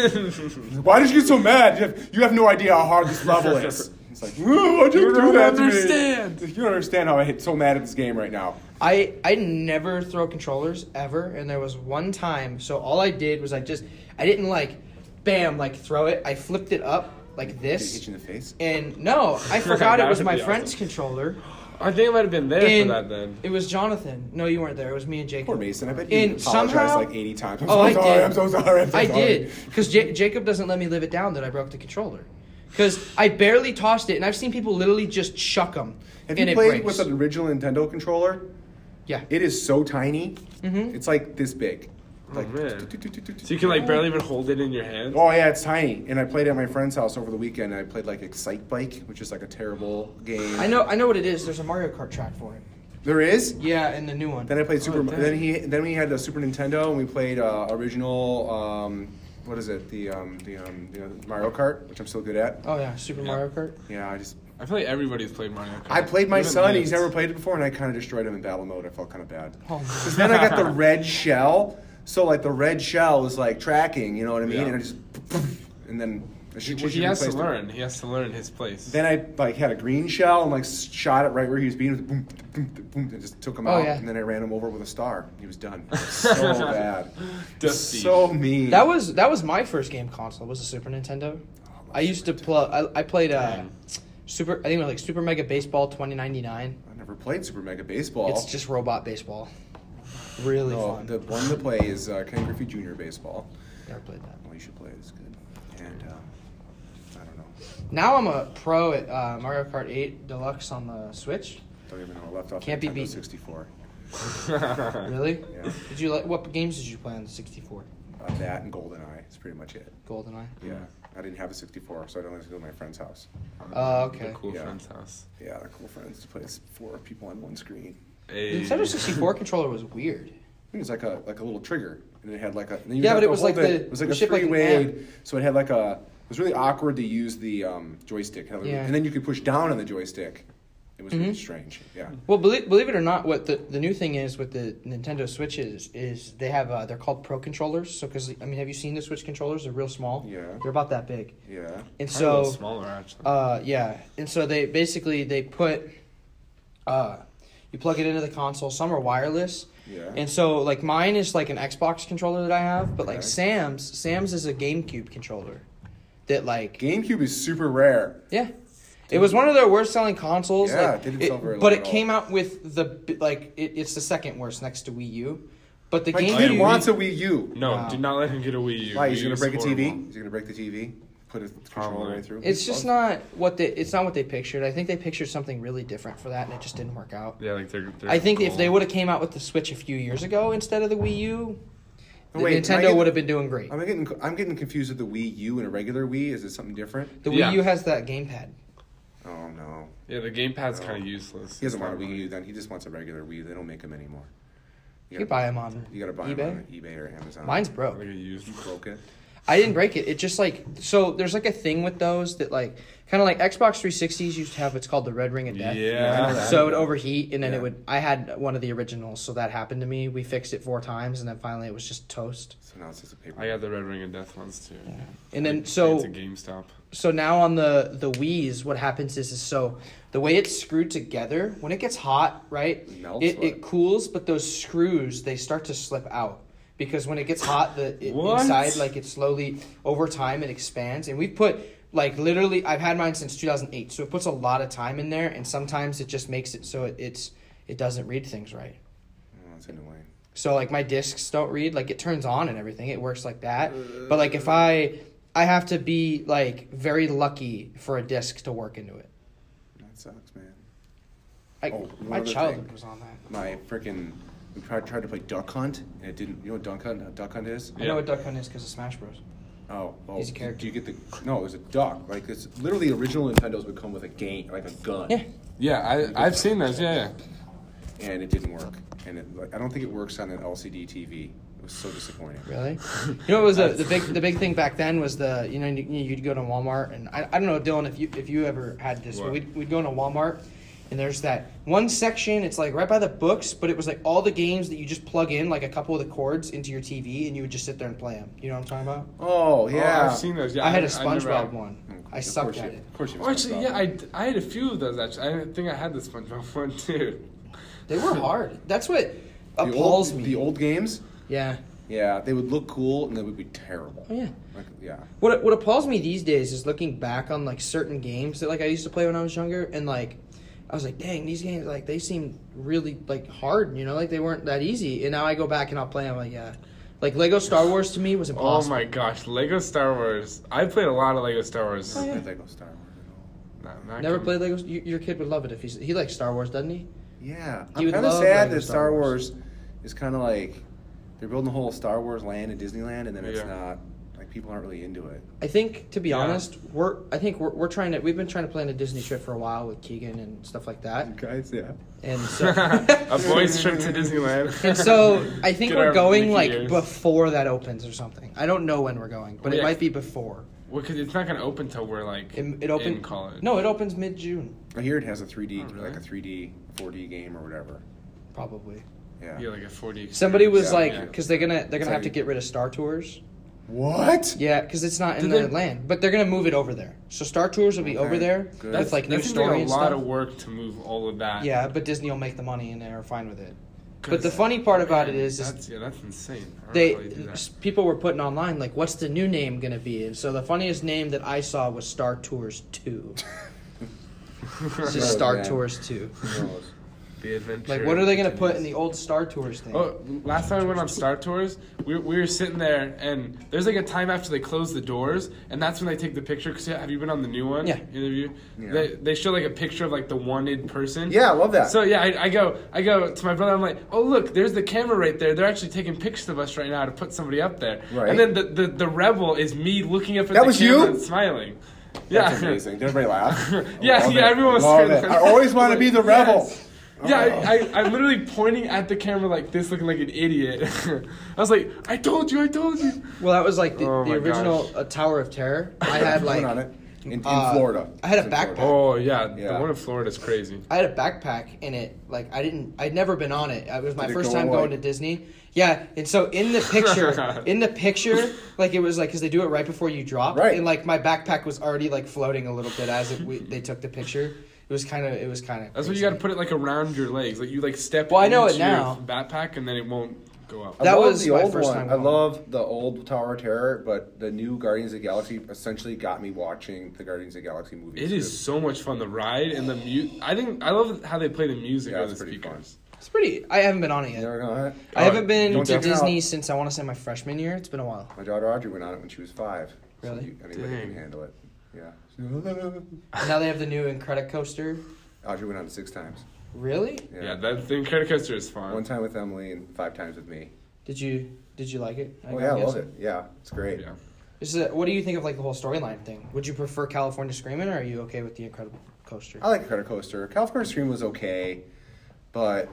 [SPEAKER 3] Why did you get so mad? You have, you have no idea how hard this level is. It's like, "Woo, why'd you,
[SPEAKER 2] You
[SPEAKER 3] do
[SPEAKER 2] don't
[SPEAKER 3] that to me?"
[SPEAKER 2] understand.
[SPEAKER 3] You don't understand how I hit so mad at this game right now.
[SPEAKER 1] I I never throw controllers ever, and there was one time. So all I did was I just I didn't like, bam, like throw it. I flipped it up like
[SPEAKER 3] Did it hit
[SPEAKER 1] this,
[SPEAKER 3] you in the face?
[SPEAKER 1] and no, I forgot it
[SPEAKER 2] That
[SPEAKER 1] was
[SPEAKER 2] would
[SPEAKER 1] my
[SPEAKER 2] be
[SPEAKER 1] friend's
[SPEAKER 2] awesome.
[SPEAKER 1] controller.
[SPEAKER 2] I think I might have been there
[SPEAKER 1] And
[SPEAKER 2] for that then.
[SPEAKER 1] it was Jonathan. No, you weren't there. It was me and Jacob.
[SPEAKER 3] Poor Mason. I bet you
[SPEAKER 1] And
[SPEAKER 3] apologized
[SPEAKER 1] somehow-
[SPEAKER 3] like 80 times. I'm
[SPEAKER 1] Oh,
[SPEAKER 3] so
[SPEAKER 1] I
[SPEAKER 3] sorry.
[SPEAKER 1] did.
[SPEAKER 3] I'm so sorry. I'm so
[SPEAKER 1] I
[SPEAKER 3] sorry.
[SPEAKER 1] did because Ja Jacob doesn't let me live it down that I broke the controller because I barely tossed it, and I've seen people literally just chuck them
[SPEAKER 3] Have
[SPEAKER 1] and
[SPEAKER 3] you
[SPEAKER 1] it
[SPEAKER 3] played
[SPEAKER 1] breaks.
[SPEAKER 3] with an original Nintendo controller?
[SPEAKER 1] yeah,
[SPEAKER 3] It is so tiny.
[SPEAKER 1] Mhm.
[SPEAKER 3] It's like this big. Like,
[SPEAKER 2] Oh, man. So you can like barely even hold it in your hand.
[SPEAKER 3] Oh yeah, it's tiny. And I played at my friend's house over the weekend. I played like Excite Bike, which is like a terrible game.
[SPEAKER 1] I know. I know what it is. There's a Mario Kart track for it.
[SPEAKER 3] There is.
[SPEAKER 1] Yeah, and the new one.
[SPEAKER 3] Then I played Super.
[SPEAKER 2] Oh, dang.
[SPEAKER 3] then he. Then we had the Super Nintendo, and we played uh, original. Um, what is it? The um, the um, the Mario Kart, which I'm still good at.
[SPEAKER 1] Oh yeah, Super
[SPEAKER 2] Yeah.
[SPEAKER 1] Mario Kart.
[SPEAKER 3] Yeah, I just.
[SPEAKER 2] I feel like everybody's played Mario Kart.
[SPEAKER 3] I played my
[SPEAKER 2] Even
[SPEAKER 3] son.
[SPEAKER 2] Liz.
[SPEAKER 3] He's never played it before, and I kind of destroyed him in battle mode. I felt kind of bad.
[SPEAKER 1] Oh, my-
[SPEAKER 3] 'Cause then I got the red shell. So like the red shell was like tracking. You know what I mean?
[SPEAKER 2] Yeah.
[SPEAKER 3] And I just. and then I should,
[SPEAKER 2] Well,
[SPEAKER 3] should
[SPEAKER 2] he has to
[SPEAKER 3] replace the-
[SPEAKER 2] learn. He has to learn his place.
[SPEAKER 3] Then I like had a green shell and like shot it right where he was being with boom, boom, boom, and just took him
[SPEAKER 1] Oh,
[SPEAKER 3] out.
[SPEAKER 1] yeah.
[SPEAKER 3] And then I ran him over with a star. He was done. It was so bad.
[SPEAKER 2] Dusty.
[SPEAKER 3] So mean.
[SPEAKER 1] That was that was my first game console. Was a Super Nintendo. I used to play. I, I played uh,
[SPEAKER 2] Damn.
[SPEAKER 1] Super. I think it was like Super Mega Baseball 2099.
[SPEAKER 3] I never played Super Mega Baseball.
[SPEAKER 1] It's just robot baseball. Really
[SPEAKER 3] No,
[SPEAKER 1] fun.
[SPEAKER 3] the one to play is uh, Ken Griffey Jr. Baseball.
[SPEAKER 1] Never played that.
[SPEAKER 3] Well, you should play it. It's good. And um, I don't know.
[SPEAKER 1] Now I'm a pro at uh, Mario Kart 8 Deluxe on the Switch.
[SPEAKER 3] Don't even know. I left off
[SPEAKER 1] Can't be
[SPEAKER 3] Nintendo
[SPEAKER 1] beat.
[SPEAKER 3] 64.
[SPEAKER 1] Really?
[SPEAKER 3] Yeah.
[SPEAKER 1] Did you like what games did you play on the 64?
[SPEAKER 3] Uh, that and GoldenEye is pretty much it.
[SPEAKER 1] GoldenEye.
[SPEAKER 3] Yeah.
[SPEAKER 1] Hmm.
[SPEAKER 3] I didn't have a 64, so I don't have to go to my friend's house.
[SPEAKER 1] Oh,
[SPEAKER 2] The
[SPEAKER 1] okay.
[SPEAKER 2] cool
[SPEAKER 3] Yeah.
[SPEAKER 2] friend's house.
[SPEAKER 3] Yeah, they're cool friends to play as four people on one screen.
[SPEAKER 1] The
[SPEAKER 2] Hey.
[SPEAKER 1] Nintendo 64 controller was weird.
[SPEAKER 3] I think It was like a like a little trigger, and it had like a. and you
[SPEAKER 1] Yeah,
[SPEAKER 3] had
[SPEAKER 1] but
[SPEAKER 3] to
[SPEAKER 1] it was
[SPEAKER 3] hold
[SPEAKER 1] like the-
[SPEAKER 3] It was like
[SPEAKER 1] the
[SPEAKER 3] a
[SPEAKER 1] shape like an
[SPEAKER 3] three-way,
[SPEAKER 1] M.
[SPEAKER 3] so it had like a. It was really awkward to use the um, joystick,
[SPEAKER 1] Yeah.
[SPEAKER 3] and then you could push down on the joystick. It was really
[SPEAKER 1] Mhm.
[SPEAKER 3] strange. Yeah.
[SPEAKER 1] Well, believe, believe it or not, what the, the new thing is with the Nintendo Switches is they have uh, they're called Pro controllers. So, because I mean, have you seen the Switch controllers? They're real small.
[SPEAKER 3] Yeah.
[SPEAKER 1] They're about that big.
[SPEAKER 3] Yeah.
[SPEAKER 1] And
[SPEAKER 2] Probably a little
[SPEAKER 1] so,
[SPEAKER 2] smaller actually.
[SPEAKER 1] Uh, yeah, and so they basically they put, uh, you plug it into the console. Some are wireless,
[SPEAKER 3] Yeah.
[SPEAKER 1] and so like mine is like an Xbox controller that I have, but like
[SPEAKER 3] Okay.
[SPEAKER 1] Sam's Sam's is a GameCube controller, that like
[SPEAKER 3] GameCube is super rare.
[SPEAKER 1] yeah, it was one of their worst selling consoles.
[SPEAKER 3] Yeah,
[SPEAKER 1] like,
[SPEAKER 3] it didn't sell very
[SPEAKER 1] But
[SPEAKER 3] well
[SPEAKER 1] it
[SPEAKER 3] at
[SPEAKER 1] came out with the bi- like it, it's the second worst next to Wii U, but the
[SPEAKER 3] My
[SPEAKER 1] GameCube
[SPEAKER 3] kid wants a Wii U.
[SPEAKER 2] no,
[SPEAKER 1] wow.
[SPEAKER 2] do not let him get a Wii U.
[SPEAKER 3] Why? He's
[SPEAKER 2] Wii
[SPEAKER 3] gonna
[SPEAKER 2] U's
[SPEAKER 3] break a
[SPEAKER 2] horrible.
[SPEAKER 3] TV. He's gonna break the TV. Put his controller
[SPEAKER 2] Probably.
[SPEAKER 3] right through.
[SPEAKER 1] It's just not what they it's not what they pictured. I think they pictured something really different for that, and it just didn't work out.
[SPEAKER 2] Yeah, like they're. they're
[SPEAKER 1] I think if
[SPEAKER 2] gold.
[SPEAKER 1] they would have came out with the Switch a few years ago instead of the Wii U,
[SPEAKER 3] Oh,
[SPEAKER 1] the
[SPEAKER 3] wait, can I
[SPEAKER 1] Nintendo
[SPEAKER 3] get-
[SPEAKER 1] would have been doing great.
[SPEAKER 3] I'm getting I'm getting confused with the Wii U and a regular Wii. Is it something different?
[SPEAKER 1] The Wii
[SPEAKER 2] Yeah.
[SPEAKER 1] U has that gamepad.
[SPEAKER 3] Oh no.
[SPEAKER 2] Yeah, the gamepad's
[SPEAKER 3] No.
[SPEAKER 2] kind of useless.
[SPEAKER 3] He doesn't want a Wii U. Then he just wants a regular Wii. They don't make them anymore.
[SPEAKER 1] You
[SPEAKER 3] gotta-
[SPEAKER 1] could buy them on
[SPEAKER 3] You gotta buy
[SPEAKER 1] eBay.
[SPEAKER 3] them on eBay or Amazon.
[SPEAKER 1] Mine's broke.
[SPEAKER 2] Like a used.
[SPEAKER 3] you broke it.
[SPEAKER 1] I didn't break it. It just like so. There's like a thing with those that like kind of like Xbox 360s used to have. What's called the red ring of death.
[SPEAKER 2] Yeah.
[SPEAKER 1] So it would overheat, and then
[SPEAKER 3] Yeah.
[SPEAKER 1] it would. I had one of the originals, so that happened to me. We fixed it four times, and then finally it was just toast.
[SPEAKER 3] So now it's just a paper.
[SPEAKER 2] I
[SPEAKER 1] uh,
[SPEAKER 2] got the Red Ring of Death ones too. Yeah.
[SPEAKER 1] And
[SPEAKER 2] I
[SPEAKER 1] then
[SPEAKER 2] it's
[SPEAKER 1] so
[SPEAKER 2] a GameStop.
[SPEAKER 1] so now on the the Wii's, what happens is is so the way it's screwed together when it gets hot, right?
[SPEAKER 3] It melts
[SPEAKER 1] It,
[SPEAKER 3] what?
[SPEAKER 1] it cools, but those screws they start to slip out because when it gets hot, the it,
[SPEAKER 2] What?
[SPEAKER 1] inside like it slowly over time it expands, and we put like literally I've had mine since 2008, so it puts a lot of time in there, and sometimes it just makes it so it, it's it doesn't read things right.
[SPEAKER 3] Oh, that's annoying.
[SPEAKER 1] So like my discs don't read. Like it turns on and everything. It works like that. But like if I I have to be like very lucky for a disc to work into it.
[SPEAKER 3] That sucks, man.
[SPEAKER 1] I,
[SPEAKER 3] Oh, one
[SPEAKER 1] my
[SPEAKER 3] other
[SPEAKER 1] childhood
[SPEAKER 3] thing.
[SPEAKER 1] was on that.
[SPEAKER 3] My freaking. We tried, tried to play Duck Hunt and it didn't. You know what Duck Hunt? uh, Duck Hunt is?
[SPEAKER 1] I
[SPEAKER 2] Yeah.
[SPEAKER 1] know what Duck Hunt is because of Smash Bros.
[SPEAKER 3] Oh, oh.
[SPEAKER 1] He's a
[SPEAKER 3] do-
[SPEAKER 1] character.
[SPEAKER 3] Do you get the? No, it's a duck. Like it's literally original Nintendo's would come with a game, like a gun.
[SPEAKER 1] Yeah.
[SPEAKER 2] Yeah, I I've seen those. Yeah, yeah.
[SPEAKER 3] And it didn't work. And it, like, I don't think it works on an LCD TV. It was so disappointing.
[SPEAKER 1] Really? You know what was the, the big the big thing back then was the you know you, you'd go to Walmart and I, I don't know Dylan if you if you ever had this but
[SPEAKER 2] What?
[SPEAKER 1] we'd we'd go into Walmart and there's that one section it's like right by the books but it was like all the games that you just plug in like a couple of the cords into your TV and you would just sit there and play them. You know what I'm talking about?
[SPEAKER 3] Oh yeah.
[SPEAKER 2] Oh, I've seen those. Yeah,
[SPEAKER 1] I had a
[SPEAKER 2] never-
[SPEAKER 1] SpongeBob one. I
[SPEAKER 3] Of
[SPEAKER 1] sucked
[SPEAKER 3] course
[SPEAKER 1] at
[SPEAKER 3] you-
[SPEAKER 1] it.
[SPEAKER 3] Of course you.
[SPEAKER 2] Oh, actually,
[SPEAKER 3] SpongeBob.
[SPEAKER 2] yeah, I, I had a few of those actually. I didn't think I had the SpongeBob one too.
[SPEAKER 1] They were hard. That's what
[SPEAKER 3] the
[SPEAKER 1] appalls
[SPEAKER 3] old,
[SPEAKER 1] me.
[SPEAKER 3] The old games,
[SPEAKER 1] yeah.
[SPEAKER 3] yeah, they would look cool and they would be terrible.
[SPEAKER 1] Oh yeah.
[SPEAKER 3] Like, yeah.
[SPEAKER 1] What what appalls me these days is looking back on like certain games that like I used to play when I was younger and like I was like, dang, these games like they seemed really like hard, you know, like they weren't that easy. And now I go back and I'll play them like yeah. Like Lego Star Wars to me was
[SPEAKER 2] Oh
[SPEAKER 1] impossible.
[SPEAKER 2] my gosh, Lego Star Wars. I played a lot of Lego Star Wars.
[SPEAKER 1] Oh, yeah.
[SPEAKER 3] Like Lego Star Wars. and all.
[SPEAKER 2] Nah, not
[SPEAKER 1] Never
[SPEAKER 2] kidding.
[SPEAKER 1] played Lego. You, your kid would love it if he's he likes Star Wars, doesn't he?
[SPEAKER 3] Yeah,
[SPEAKER 1] You
[SPEAKER 3] I'm
[SPEAKER 1] would
[SPEAKER 3] kind of
[SPEAKER 1] love
[SPEAKER 3] sad
[SPEAKER 1] Lego
[SPEAKER 3] that
[SPEAKER 1] Star
[SPEAKER 3] Star
[SPEAKER 1] Wars.
[SPEAKER 3] Wars is kind of like they're building a whole Star Wars land in Disneyland, and then it's
[SPEAKER 2] Yeah.
[SPEAKER 3] not like people aren't really into it.
[SPEAKER 1] I think to be
[SPEAKER 2] Yeah.
[SPEAKER 1] honest, we're I think we're, we're trying to we've been trying to plan a Disney trip for a while with Keegan and stuff like that.
[SPEAKER 3] Guys, yeah.
[SPEAKER 1] And so
[SPEAKER 2] a boys' trip to Disneyland.
[SPEAKER 1] And so I think
[SPEAKER 2] Get
[SPEAKER 1] we're
[SPEAKER 2] our
[SPEAKER 1] going
[SPEAKER 2] Mickey
[SPEAKER 1] like
[SPEAKER 2] ears. Oh,
[SPEAKER 1] before that opens or something. I don't know when we're going, but
[SPEAKER 2] Yeah.
[SPEAKER 1] it might be before.
[SPEAKER 2] Well, because it's not gonna open till we're like
[SPEAKER 1] It, it opens.
[SPEAKER 2] in college.
[SPEAKER 1] No, it opens mid June
[SPEAKER 3] I hear it has a 3D,
[SPEAKER 2] Oh, really?
[SPEAKER 3] like a 3D, 4D game or whatever.
[SPEAKER 1] probably.
[SPEAKER 3] Yeah.
[SPEAKER 2] Yeah, like a forty.
[SPEAKER 1] Somebody was
[SPEAKER 3] Yeah,
[SPEAKER 1] like,
[SPEAKER 2] yeah.
[SPEAKER 1] because they're gonna they're
[SPEAKER 3] It's
[SPEAKER 1] gonna have
[SPEAKER 3] like-
[SPEAKER 1] to get rid of Star Tours,
[SPEAKER 3] What?
[SPEAKER 1] Yeah, because it's not in
[SPEAKER 2] Did
[SPEAKER 1] the
[SPEAKER 2] they-
[SPEAKER 1] land, but they're gonna move it over there. So Star Tours will be
[SPEAKER 3] Okay,
[SPEAKER 1] over there
[SPEAKER 3] good.
[SPEAKER 1] with like
[SPEAKER 2] that
[SPEAKER 1] new
[SPEAKER 2] seems like
[SPEAKER 1] story
[SPEAKER 2] a
[SPEAKER 1] and
[SPEAKER 2] lot
[SPEAKER 1] stuff.
[SPEAKER 2] of work to move all of that.
[SPEAKER 1] yeah, but Disney will make the money and they're fine with it. But
[SPEAKER 2] 'Cause,
[SPEAKER 1] the funny part about
[SPEAKER 2] man,
[SPEAKER 1] it is, is
[SPEAKER 2] that's, yeah, that's insane. I don't
[SPEAKER 1] they
[SPEAKER 2] know how you do that.
[SPEAKER 1] s- people were putting online like, what's the new name gonna be? And so the funniest name that I saw was Star Tours Two. It's just
[SPEAKER 3] Oh,
[SPEAKER 1] Star
[SPEAKER 3] man.
[SPEAKER 1] Tours Two.
[SPEAKER 3] Who knows?
[SPEAKER 2] the adventure.
[SPEAKER 1] Like, what are they gonna
[SPEAKER 2] continues.
[SPEAKER 1] put in the old Star Tours thing?
[SPEAKER 2] Oh, last time I went on Star Tours, we, we were sitting there, and there's like a time after they close the doors, and that's when they take the picture. Cause have you been on the new one?
[SPEAKER 1] Yeah.
[SPEAKER 2] Either of you?
[SPEAKER 3] Yeah.
[SPEAKER 2] They, they show like a picture of like the wanted person.
[SPEAKER 3] Yeah, I love that.
[SPEAKER 2] So yeah, I, I go, I go to my brother. I'm like, oh look, there's the camera right there. They're actually taking pictures of us right now to put somebody up there.
[SPEAKER 3] Right.
[SPEAKER 2] And then the, the, the rebel is me looking up at
[SPEAKER 3] That
[SPEAKER 2] the
[SPEAKER 3] was
[SPEAKER 2] camera
[SPEAKER 3] you?
[SPEAKER 2] and smiling. Yeah.
[SPEAKER 3] That's amazing. Did everybody laugh? I
[SPEAKER 2] Yeah,
[SPEAKER 3] love
[SPEAKER 2] yeah,
[SPEAKER 3] it.
[SPEAKER 2] everyone was
[SPEAKER 3] Love
[SPEAKER 2] screaming.
[SPEAKER 3] it. I always want to be the rebel. Oh.
[SPEAKER 2] Yes. Yeah, I, I, I'm literally pointing at the camera like this, looking like an idiot. I was like, I told you, I told you.
[SPEAKER 1] Well, that was like the,
[SPEAKER 2] Oh
[SPEAKER 1] the
[SPEAKER 2] my
[SPEAKER 1] original
[SPEAKER 2] gosh.
[SPEAKER 1] uh, Tower of Terror. I had like
[SPEAKER 3] Went on it. in, in
[SPEAKER 1] uh,
[SPEAKER 3] Florida.
[SPEAKER 1] I had a
[SPEAKER 3] It's in Florida.
[SPEAKER 1] backpack.
[SPEAKER 2] Oh, yeah,
[SPEAKER 3] Yeah.
[SPEAKER 2] the one in Florida is crazy.
[SPEAKER 1] I had a backpack in it. Like I didn't, I'd never been on it. It was my
[SPEAKER 3] Did it
[SPEAKER 1] first
[SPEAKER 3] go
[SPEAKER 1] time going
[SPEAKER 3] like-
[SPEAKER 1] to Disney. Yeah, and so in the picture, in the picture, like it was like because they do it right before you drop,
[SPEAKER 3] Right.
[SPEAKER 1] And like my backpack was already like floating a little bit as it, we, they took the picture. It was kind of, it was kind of.
[SPEAKER 2] That's what you got to put it like around your legs, like you like step.
[SPEAKER 1] Well, I know
[SPEAKER 2] into
[SPEAKER 1] it
[SPEAKER 2] your
[SPEAKER 1] now.
[SPEAKER 2] Backpack, and then it won't go up.
[SPEAKER 3] I
[SPEAKER 1] That
[SPEAKER 3] love
[SPEAKER 1] was
[SPEAKER 3] the
[SPEAKER 1] my
[SPEAKER 3] old
[SPEAKER 1] first
[SPEAKER 3] one.
[SPEAKER 1] time
[SPEAKER 3] I
[SPEAKER 1] going.
[SPEAKER 3] love the old Tower of Terror, but the new Guardians of the Galaxy essentially got me watching the Guardians of the Galaxy movies.
[SPEAKER 2] It is so much fun. The ride and the mute. I think I love how they play the music
[SPEAKER 3] Yeah,
[SPEAKER 2] on the
[SPEAKER 3] it's pretty fun.
[SPEAKER 2] speakers.
[SPEAKER 1] It's pretty. I haven't been on it
[SPEAKER 3] You
[SPEAKER 1] yet.
[SPEAKER 3] never gonna hunt?
[SPEAKER 1] I haven't
[SPEAKER 3] Don't
[SPEAKER 1] been to
[SPEAKER 3] take it out.
[SPEAKER 1] Disney since I want to say my freshman year. It's been a while.
[SPEAKER 3] My daughter Audrey went on it when she was five. So
[SPEAKER 1] Really?
[SPEAKER 3] you, anybody
[SPEAKER 2] Dang.
[SPEAKER 3] can handle it. Yeah.
[SPEAKER 1] And now they have the new Incredicoaster.
[SPEAKER 3] Audrey went on it six times.
[SPEAKER 1] Really?
[SPEAKER 2] Yeah, that thing credit coaster is fun.
[SPEAKER 3] One time with Emily and five times with me.
[SPEAKER 1] Did you did you like it?
[SPEAKER 3] Oh yeah, I love it. Yeah, it's great.
[SPEAKER 2] Yeah.
[SPEAKER 1] Is it, what do you think of like the whole storyline thing? Would you prefer California Screaming or are you okay with the Incredible Coaster?
[SPEAKER 3] I like Credit Coaster. California Stream was okay, but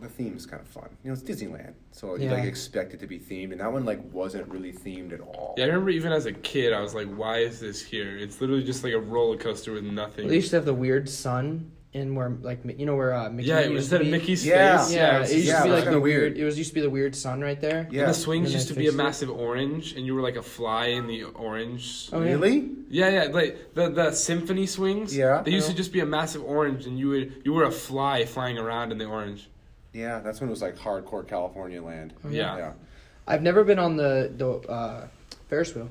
[SPEAKER 3] the theme is kind of fun. You know, it's Disneyland, so you
[SPEAKER 1] Yeah.
[SPEAKER 3] like expect it to be themed, and that one like wasn't really themed at all.
[SPEAKER 2] Yeah, I remember even as a kid, I was like, "Why is this here?" It's literally just like a roller coaster with nothing.
[SPEAKER 1] They used to have the weird sun in where like Mi- you know where uh, Mickey
[SPEAKER 2] yeah, it
[SPEAKER 1] used
[SPEAKER 2] was
[SPEAKER 1] to
[SPEAKER 2] instead of
[SPEAKER 1] be?
[SPEAKER 2] Mickey's
[SPEAKER 3] Yeah.
[SPEAKER 2] face.
[SPEAKER 1] Yeah,
[SPEAKER 2] it was
[SPEAKER 1] it used
[SPEAKER 2] just-
[SPEAKER 3] yeah,
[SPEAKER 1] to be
[SPEAKER 3] it was
[SPEAKER 1] like
[SPEAKER 3] kinda
[SPEAKER 1] the weird.
[SPEAKER 3] weird.
[SPEAKER 1] It was used to be the weird sun right there.
[SPEAKER 3] Yeah.
[SPEAKER 2] And the swings
[SPEAKER 1] And
[SPEAKER 2] used
[SPEAKER 1] they
[SPEAKER 2] to be a
[SPEAKER 1] fixed it.
[SPEAKER 2] massive orange, and you were like a fly in the orange.
[SPEAKER 1] Oh, yeah.
[SPEAKER 3] Really?
[SPEAKER 2] Yeah, yeah, like the the symphony swings.
[SPEAKER 3] Yeah,
[SPEAKER 2] they
[SPEAKER 3] I
[SPEAKER 2] used to
[SPEAKER 3] know.
[SPEAKER 2] just be a massive orange, and you would you were a fly flying around in the orange.
[SPEAKER 3] Yeah, that's when it was like hardcore California land.
[SPEAKER 2] Oh, yeah.
[SPEAKER 3] yeah.
[SPEAKER 1] I've never been on the the uh, Ferris wheel.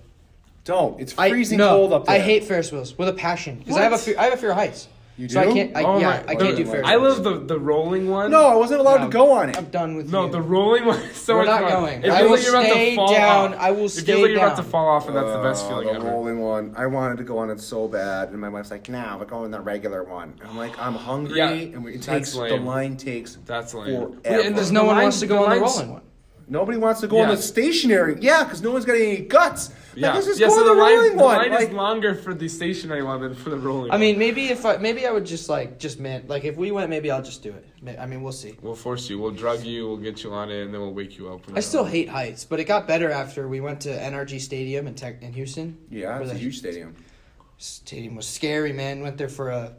[SPEAKER 3] Don't. It's
[SPEAKER 1] I-
[SPEAKER 3] freezing
[SPEAKER 1] no,
[SPEAKER 3] cold up there.
[SPEAKER 1] I hate Ferris wheels with a passion because I have a
[SPEAKER 2] What?
[SPEAKER 1] fear, I have a fear of heights.
[SPEAKER 3] You
[SPEAKER 1] So I
[SPEAKER 3] do?
[SPEAKER 1] can't. I,
[SPEAKER 2] Oh
[SPEAKER 1] yeah,
[SPEAKER 2] my-
[SPEAKER 1] I can't do
[SPEAKER 3] I
[SPEAKER 1] Ferris.
[SPEAKER 2] I
[SPEAKER 1] wheels.
[SPEAKER 2] love the the rolling one.
[SPEAKER 3] No, I wasn't allowed
[SPEAKER 1] No.
[SPEAKER 3] to go on it.
[SPEAKER 1] I'm done with
[SPEAKER 2] No,
[SPEAKER 1] you.
[SPEAKER 2] the rolling one is so
[SPEAKER 1] We're
[SPEAKER 2] much
[SPEAKER 1] not
[SPEAKER 2] fun.
[SPEAKER 1] going.
[SPEAKER 2] It
[SPEAKER 1] I
[SPEAKER 2] feels
[SPEAKER 1] will
[SPEAKER 2] like you're about to
[SPEAKER 1] stay
[SPEAKER 2] fall
[SPEAKER 1] down.
[SPEAKER 2] off.
[SPEAKER 1] I will
[SPEAKER 2] It feels
[SPEAKER 1] stay
[SPEAKER 2] like you're about to
[SPEAKER 1] down.
[SPEAKER 2] fall off, and that's the best
[SPEAKER 3] Uh,
[SPEAKER 2] feeling
[SPEAKER 3] the
[SPEAKER 2] ever.
[SPEAKER 3] rolling one. I wanted to go on it so bad, and my wife's like, "Nah, we're going the regular one." I'm like, "I'm hungry,"
[SPEAKER 2] Yeah,
[SPEAKER 3] and we, it
[SPEAKER 2] that's
[SPEAKER 3] takes the
[SPEAKER 2] lame.
[SPEAKER 3] line takes.
[SPEAKER 2] That's lame.
[SPEAKER 3] Forever.
[SPEAKER 2] and
[SPEAKER 1] Because no
[SPEAKER 2] the
[SPEAKER 1] one
[SPEAKER 2] line-
[SPEAKER 1] wants to go on the
[SPEAKER 2] line's-
[SPEAKER 1] rolling one.
[SPEAKER 3] Nobody wants to go on
[SPEAKER 2] Yeah.
[SPEAKER 3] the stationary. Yeah, because no one's got any guts. Like,
[SPEAKER 2] Yeah,
[SPEAKER 3] let's just
[SPEAKER 2] yeah.
[SPEAKER 3] go
[SPEAKER 2] So
[SPEAKER 3] on
[SPEAKER 2] the line,
[SPEAKER 3] rolling
[SPEAKER 2] the
[SPEAKER 3] one.
[SPEAKER 2] line
[SPEAKER 3] Like,
[SPEAKER 2] is longer for the stationary one than for the rolling.
[SPEAKER 1] I
[SPEAKER 2] one.
[SPEAKER 1] mean, maybe if I maybe I would just like just man like if we went, maybe I'll just do it. May- I mean, we'll see.
[SPEAKER 2] We'll force you. We'll drug you. We'll get you on it, and then we'll wake you up.
[SPEAKER 1] I still hate heights, but it got better after we went to NRG Stadium in Tech in Houston.
[SPEAKER 3] yeah,
[SPEAKER 1] Where
[SPEAKER 3] it's a
[SPEAKER 1] the
[SPEAKER 3] huge stadium.
[SPEAKER 1] Stadium was scary, man. Went there for a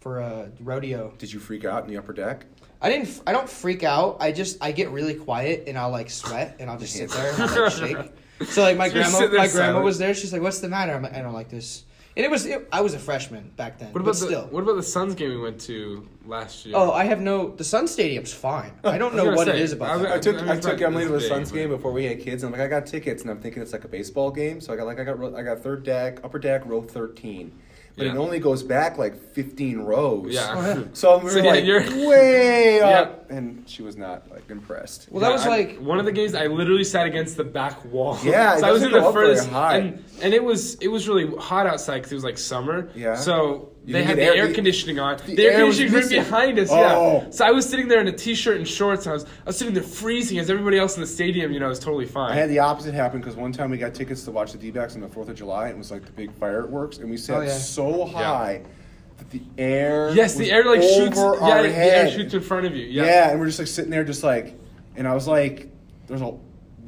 [SPEAKER 1] for a rodeo.
[SPEAKER 3] Did you freak out in the upper deck?
[SPEAKER 1] I didn't. f- I don't freak out. I just I get really quiet and I'll like sweat and I'll just sit there and I'll, like, shake. So like my
[SPEAKER 2] So you
[SPEAKER 1] grandma,
[SPEAKER 2] sit there
[SPEAKER 1] my grandma
[SPEAKER 2] silent.
[SPEAKER 1] was there. She's like, "What's the matter?" I'm like, "I don't like this." And it was. It, I was a freshman back then. but
[SPEAKER 2] What about the
[SPEAKER 1] still?
[SPEAKER 2] What about the Suns game we went to last year?
[SPEAKER 1] Oh, I have no. The Sun Stadium's fine. I don't
[SPEAKER 2] Oh, I was
[SPEAKER 1] know
[SPEAKER 2] gonna
[SPEAKER 1] what it
[SPEAKER 2] say,
[SPEAKER 1] is
[SPEAKER 2] I
[SPEAKER 1] about.
[SPEAKER 2] was-
[SPEAKER 1] that.
[SPEAKER 3] I took
[SPEAKER 2] I
[SPEAKER 3] I,
[SPEAKER 2] mean, it's
[SPEAKER 3] took
[SPEAKER 2] not-
[SPEAKER 3] Emily to a
[SPEAKER 2] it's big,
[SPEAKER 3] Suns game
[SPEAKER 2] but-
[SPEAKER 3] before we had kids. And I'm like, I got tickets, and I'm thinking it's like a baseball game. So I got like I got ro- I got third deck, upper deck, row 13, but it
[SPEAKER 2] Yeah.
[SPEAKER 3] only goes back like 15 rows.
[SPEAKER 2] yeah.
[SPEAKER 3] So we were
[SPEAKER 2] So, yeah,
[SPEAKER 3] like
[SPEAKER 2] you're-
[SPEAKER 3] way up, and she was not like impressed.
[SPEAKER 1] well, that was
[SPEAKER 2] I-
[SPEAKER 1] like
[SPEAKER 2] one of the games. I literally sat against the back wall.
[SPEAKER 3] Yeah, it
[SPEAKER 2] so I was in the
[SPEAKER 3] doesn't go up very
[SPEAKER 2] furthest,
[SPEAKER 3] high.
[SPEAKER 2] and and it was it was really hot outside because it was like summer.
[SPEAKER 3] Yeah.
[SPEAKER 2] So
[SPEAKER 3] You
[SPEAKER 2] they
[SPEAKER 3] didn't
[SPEAKER 2] had the
[SPEAKER 3] get
[SPEAKER 2] air,
[SPEAKER 3] air- the-
[SPEAKER 2] conditioning on. The,
[SPEAKER 3] the
[SPEAKER 2] air
[SPEAKER 3] air was
[SPEAKER 2] conditioning was right
[SPEAKER 3] missing.
[SPEAKER 2] behind us.
[SPEAKER 3] Oh.
[SPEAKER 2] Yeah. So I was sitting there in a t-shirt and shorts, and I was I was sitting there freezing as everybody else in the stadium. You know, was totally fine.
[SPEAKER 3] I had the opposite happen because one time we got tickets to watch the D-backs on the Fourth of July, and it was like the big fireworks, and we sat
[SPEAKER 1] Oh, yeah.
[SPEAKER 3] so high that the air
[SPEAKER 2] yes, the
[SPEAKER 3] was
[SPEAKER 2] air like shoots.
[SPEAKER 3] over
[SPEAKER 2] Yeah,
[SPEAKER 3] our
[SPEAKER 2] the air
[SPEAKER 3] head.
[SPEAKER 2] shoots in front of you.
[SPEAKER 3] Yeah.
[SPEAKER 2] Yeah.
[SPEAKER 3] and we're just like sitting there, just like, and I was like, there's a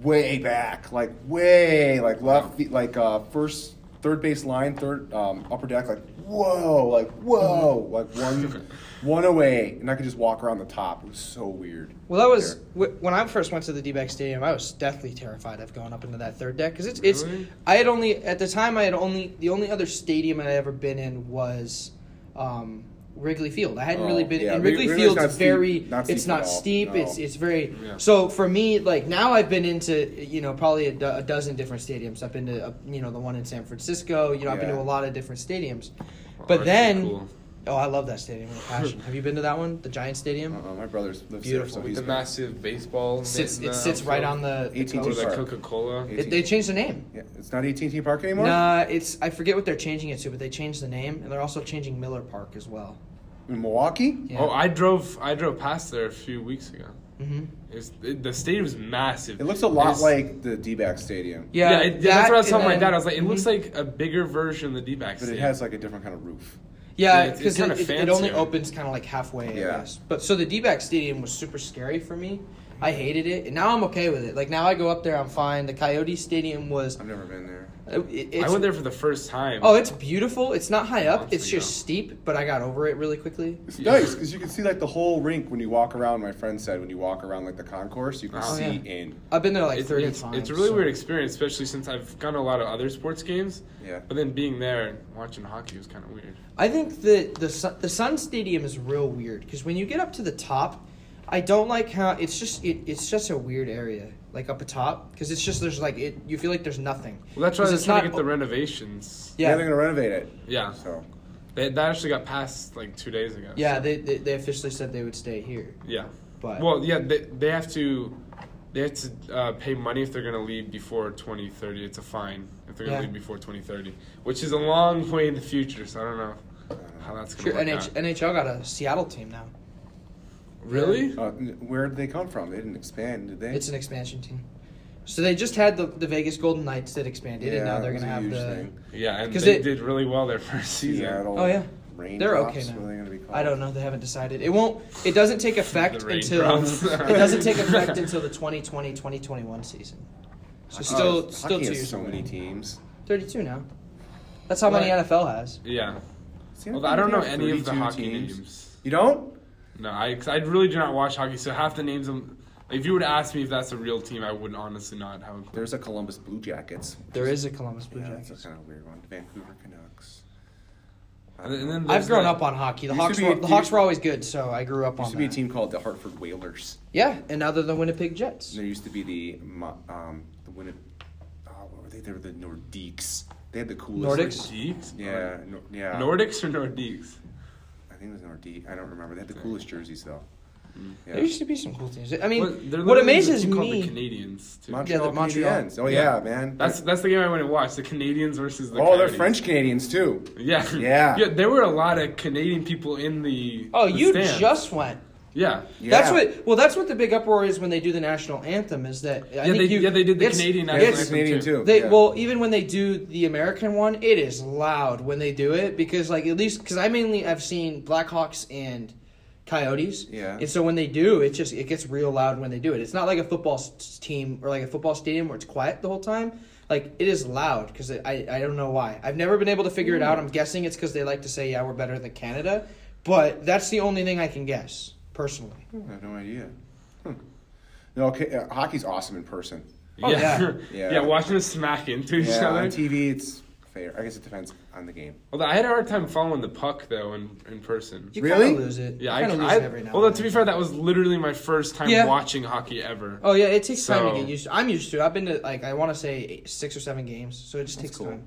[SPEAKER 3] way back, like way like left, fe- like uh first third base line, third um, upper deck, like whoa, like whoa, like one, one away, and I could just walk around the top. It was so weird.
[SPEAKER 1] Well, that was
[SPEAKER 3] There.
[SPEAKER 1] wh- when I first went to the D-back stadium. I was deathly terrified of going up into that third deck because it's it's.
[SPEAKER 2] Really?
[SPEAKER 1] I had only at the time I had only the only other stadium I had ever been in was um, Wrigley Field. I hadn't
[SPEAKER 3] Oh,
[SPEAKER 1] really been
[SPEAKER 3] yeah.
[SPEAKER 1] in
[SPEAKER 3] Wri-
[SPEAKER 1] Wrigley
[SPEAKER 3] Wrigley's
[SPEAKER 1] Field's
[SPEAKER 3] not steep-
[SPEAKER 1] very
[SPEAKER 3] not
[SPEAKER 1] it's
[SPEAKER 3] steep at
[SPEAKER 1] not
[SPEAKER 3] all,
[SPEAKER 1] steep.
[SPEAKER 3] no.
[SPEAKER 1] It's it's very
[SPEAKER 2] Yeah.
[SPEAKER 1] so for me like now I've been into you know probably a, do- a dozen different stadiums. I've been to uh, you know the one in San Francisco. You know I've been
[SPEAKER 3] Yeah.
[SPEAKER 1] to a lot of different stadiums,
[SPEAKER 2] Wow,
[SPEAKER 1] but
[SPEAKER 2] that's
[SPEAKER 1] then.
[SPEAKER 2] cool.
[SPEAKER 1] Oh, I love that stadium with a passion. Have you been to that one, the Giant Stadium?
[SPEAKER 3] Uh-uh, my brother's lives there,
[SPEAKER 1] Beautiful.
[SPEAKER 3] so
[SPEAKER 2] with
[SPEAKER 3] he's
[SPEAKER 2] the massive baseball
[SPEAKER 1] It sits
[SPEAKER 2] mitt in
[SPEAKER 1] it
[SPEAKER 2] the
[SPEAKER 1] sits right on
[SPEAKER 2] outfield. E
[SPEAKER 1] the, the
[SPEAKER 3] 18
[SPEAKER 1] coast.
[SPEAKER 2] Or that
[SPEAKER 3] Sorry.
[SPEAKER 2] Coca Cola.
[SPEAKER 1] It, they changed the name.
[SPEAKER 3] Yeah, it's not AT&T Park anymore.
[SPEAKER 1] Nah, it's I forget what they're changing it to, but they changed the name, and they're also changing Miller Park as well.
[SPEAKER 3] In Milwaukee.
[SPEAKER 1] Yeah.
[SPEAKER 2] Oh, I drove I drove past there a few weeks ago.
[SPEAKER 1] hmm
[SPEAKER 2] It's, it, the stadium's massive.
[SPEAKER 3] It looks a lot
[SPEAKER 2] It's-
[SPEAKER 3] like the D-back stadium,
[SPEAKER 2] yeah, it- yeah, that's what I was
[SPEAKER 1] and
[SPEAKER 2] telling my
[SPEAKER 1] then-
[SPEAKER 2] dad. I was like, it looks
[SPEAKER 1] mhm.
[SPEAKER 2] like a bigger version of the D-backs.
[SPEAKER 3] but it has like a different kind of roof.
[SPEAKER 1] Mm-hmm. Yeah,
[SPEAKER 2] Yeah, it's-
[SPEAKER 1] because
[SPEAKER 2] it's kinda
[SPEAKER 1] it, it only
[SPEAKER 2] fancier.
[SPEAKER 1] opens kind of like halfway.
[SPEAKER 3] Yeah.
[SPEAKER 1] I guess. But so the D-back stadium was super scary for me. I hated it, and now I'm okay with it. Like now I go up there, I'm fine. The Coyote Stadium was. uh,
[SPEAKER 3] I've never been there.
[SPEAKER 1] It, it's,
[SPEAKER 2] I went there for the first time.
[SPEAKER 1] Oh, it's beautiful. It's not high up.
[SPEAKER 2] Honestly,
[SPEAKER 1] It's just
[SPEAKER 2] no.
[SPEAKER 1] steep, but I got over it really quickly.
[SPEAKER 3] It's
[SPEAKER 2] Yeah.
[SPEAKER 3] nice because you can see like the whole rink when you walk around. My friend said when you walk around like the concourse, you can
[SPEAKER 2] Oh,
[SPEAKER 3] see
[SPEAKER 1] yeah.
[SPEAKER 3] in.
[SPEAKER 1] I've been there like
[SPEAKER 2] it's,
[SPEAKER 1] 30
[SPEAKER 2] it's,
[SPEAKER 1] times.
[SPEAKER 2] it's a really
[SPEAKER 1] so-
[SPEAKER 2] weird experience, especially since I've gone to a lot of other sports games.
[SPEAKER 3] Yeah.
[SPEAKER 2] But then being there and watching hockey was kind of weird.
[SPEAKER 1] I think that the Sun- the Sun Stadium is real weird because when you get up to the top, I don't like how it's just it, it's just a weird area like up atop because it's just there's like it you feel like there's nothing.
[SPEAKER 2] Well, that's why
[SPEAKER 1] 'Cause
[SPEAKER 2] they're
[SPEAKER 1] it's
[SPEAKER 2] trying to
[SPEAKER 1] not
[SPEAKER 2] get the
[SPEAKER 1] o-
[SPEAKER 2] renovations.
[SPEAKER 3] Yeah,
[SPEAKER 1] Yeah,
[SPEAKER 3] they're gonna renovate it.
[SPEAKER 2] Yeah.
[SPEAKER 3] So
[SPEAKER 2] They, that actually got passed like two days ago.
[SPEAKER 1] yeah.
[SPEAKER 2] so-
[SPEAKER 1] They, they they officially said they would stay here,
[SPEAKER 2] yeah.
[SPEAKER 1] but
[SPEAKER 2] Well, yeah, they, they have to they have to uh, pay money if they're going to leave before 2030. It's a fine if they're going
[SPEAKER 1] Yeah.
[SPEAKER 2] to leave before 2030, which is a long way in the future. So I don't know how that's
[SPEAKER 1] sure,
[SPEAKER 2] going to work
[SPEAKER 1] NH-
[SPEAKER 2] out.
[SPEAKER 1] NHL got a Seattle team now.
[SPEAKER 2] Really?
[SPEAKER 3] uh, n- where did they come from? They didn't expand, did they?
[SPEAKER 1] It's an expansion team. So they just had the, the Vegas Golden Knights that expanded, and now
[SPEAKER 3] it
[SPEAKER 1] they're
[SPEAKER 3] was
[SPEAKER 1] gonna
[SPEAKER 3] a
[SPEAKER 1] have
[SPEAKER 3] huge
[SPEAKER 1] the.
[SPEAKER 3] thing.
[SPEAKER 2] Yeah, and
[SPEAKER 1] 'Cause
[SPEAKER 2] they
[SPEAKER 1] it-
[SPEAKER 2] did really well their first season.
[SPEAKER 3] Seattle.
[SPEAKER 1] Oh, yeah. They're okay
[SPEAKER 3] Raindrops,
[SPEAKER 1] now.
[SPEAKER 3] what are they gonna be called?
[SPEAKER 1] I don't know. They haven't decided. It won't. It doesn't take effect
[SPEAKER 2] The
[SPEAKER 1] until
[SPEAKER 2] raindrops.
[SPEAKER 1] it doesn't take effect until the 2020-2021 season. So still,
[SPEAKER 3] Hockey
[SPEAKER 1] still
[SPEAKER 3] has
[SPEAKER 1] two years.
[SPEAKER 3] so
[SPEAKER 1] away.
[SPEAKER 3] many teams.
[SPEAKER 1] Thirty-two now. That's how many
[SPEAKER 2] Right.
[SPEAKER 1] NFL has.
[SPEAKER 2] Yeah.
[SPEAKER 3] See,
[SPEAKER 2] Well, I don't know
[SPEAKER 3] think
[SPEAKER 2] any of the
[SPEAKER 3] 32
[SPEAKER 2] hockey names.
[SPEAKER 3] You don't?
[SPEAKER 2] No, I, 'cause I really do not watch hockey, so half the names. I'm, if you would ask me if that's a real team, I would honestly not have a clue.
[SPEAKER 3] There's a Columbus Blue Jackets.
[SPEAKER 1] There is a Columbus Blue
[SPEAKER 3] Yeah, that's a
[SPEAKER 1] Jackets.
[SPEAKER 3] kind of weird one. Vancouver Canucks. I
[SPEAKER 2] And
[SPEAKER 3] don't
[SPEAKER 2] then- and
[SPEAKER 3] know.
[SPEAKER 2] then
[SPEAKER 1] I've
[SPEAKER 2] there's
[SPEAKER 1] grown
[SPEAKER 2] the-
[SPEAKER 1] up on hockey. The
[SPEAKER 3] Used to
[SPEAKER 1] Hawks,
[SPEAKER 3] be-
[SPEAKER 1] were,
[SPEAKER 3] used
[SPEAKER 1] the
[SPEAKER 3] to
[SPEAKER 1] Hawks
[SPEAKER 3] be-
[SPEAKER 1] were always good, so I grew up
[SPEAKER 3] There
[SPEAKER 1] on
[SPEAKER 3] used to be a
[SPEAKER 1] that.
[SPEAKER 3] team called the Hartford Whalers.
[SPEAKER 1] Yeah, and now they're the Winnipeg Jets.
[SPEAKER 3] And there used to be the Mo- um the Winnipeg. Oh, what were they? They were the Nordiques. They had the coolest.
[SPEAKER 1] Nordics?
[SPEAKER 2] Nordiques?
[SPEAKER 3] Yeah, no, yeah.
[SPEAKER 2] Nordics or Nordiques?
[SPEAKER 3] I think it was Nordique. I don't remember. They had the coolest jerseys though. Yeah.
[SPEAKER 1] There used to be some cool teams. I mean,
[SPEAKER 2] Well, there
[SPEAKER 1] what
[SPEAKER 2] literally is a
[SPEAKER 1] amazes
[SPEAKER 2] team called The
[SPEAKER 1] me.
[SPEAKER 2] Canadians. Too.
[SPEAKER 3] Montreal
[SPEAKER 1] Yeah, the Montreal.
[SPEAKER 3] Canadiens. Oh yeah,
[SPEAKER 2] Yeah.
[SPEAKER 3] man.
[SPEAKER 2] That's that's the game I went and watched. The Canadians versus the.
[SPEAKER 3] oh,
[SPEAKER 2] Coyotes.
[SPEAKER 3] they're French Canadians too.
[SPEAKER 2] Yeah.
[SPEAKER 3] Yeah.
[SPEAKER 2] yeah. There were a lot of Canadian people in the.
[SPEAKER 1] Oh,
[SPEAKER 2] the
[SPEAKER 1] you
[SPEAKER 2] stands.
[SPEAKER 1] just went.
[SPEAKER 2] Yeah.
[SPEAKER 1] That's
[SPEAKER 3] Yeah.
[SPEAKER 1] what. Well, that's what the big uproar is when they do the national anthem. Is that I
[SPEAKER 2] yeah,
[SPEAKER 1] think
[SPEAKER 2] they,
[SPEAKER 1] you,
[SPEAKER 2] yeah, they did the
[SPEAKER 1] it's-
[SPEAKER 2] Canadian
[SPEAKER 3] Yeah,
[SPEAKER 2] national
[SPEAKER 1] it's
[SPEAKER 2] anthem
[SPEAKER 3] Canadian
[SPEAKER 2] too.
[SPEAKER 3] too.
[SPEAKER 1] They
[SPEAKER 3] yeah.
[SPEAKER 1] well, even when they do the American one, it is loud when they do it because like at least because I mainly I've seen Blackhawks and Coyotes.
[SPEAKER 3] Yeah.
[SPEAKER 1] And so when they do, it just it gets real loud when they do it. It's not like a football s- team or like a football stadium where it's quiet the whole time. Like it is loud because I I don't know why. I've never been able to figure it
[SPEAKER 3] Mm.
[SPEAKER 1] out. I'm guessing it's because they like to say yeah we're better than Canada, but that's the only thing I can guess personally.
[SPEAKER 3] I have no idea. Hmm. No, okay, uh, hockey's awesome in person.
[SPEAKER 1] Oh,
[SPEAKER 2] yeah.
[SPEAKER 1] yeah.
[SPEAKER 3] Yeah.
[SPEAKER 2] yeah. Watching them smack into each
[SPEAKER 3] Yeah,
[SPEAKER 2] other.
[SPEAKER 3] on TV it's fair. I guess it depends on the game.
[SPEAKER 2] Although I had a hard time following the puck though in, in person.
[SPEAKER 1] You
[SPEAKER 3] Really?
[SPEAKER 1] kind of lose it.
[SPEAKER 2] Yeah, I,
[SPEAKER 1] you kind of lose
[SPEAKER 2] I,
[SPEAKER 1] it every now.
[SPEAKER 2] although
[SPEAKER 1] and
[SPEAKER 2] to be
[SPEAKER 1] then.
[SPEAKER 2] fair, that was literally my first time
[SPEAKER 1] Yeah.
[SPEAKER 2] watching hockey ever.
[SPEAKER 1] Oh yeah, it takes time to
[SPEAKER 2] So-
[SPEAKER 1] get used to. I'm used to. it. I've been to like I want to say eight, six or seven games, so it just takes
[SPEAKER 3] cool.
[SPEAKER 1] time.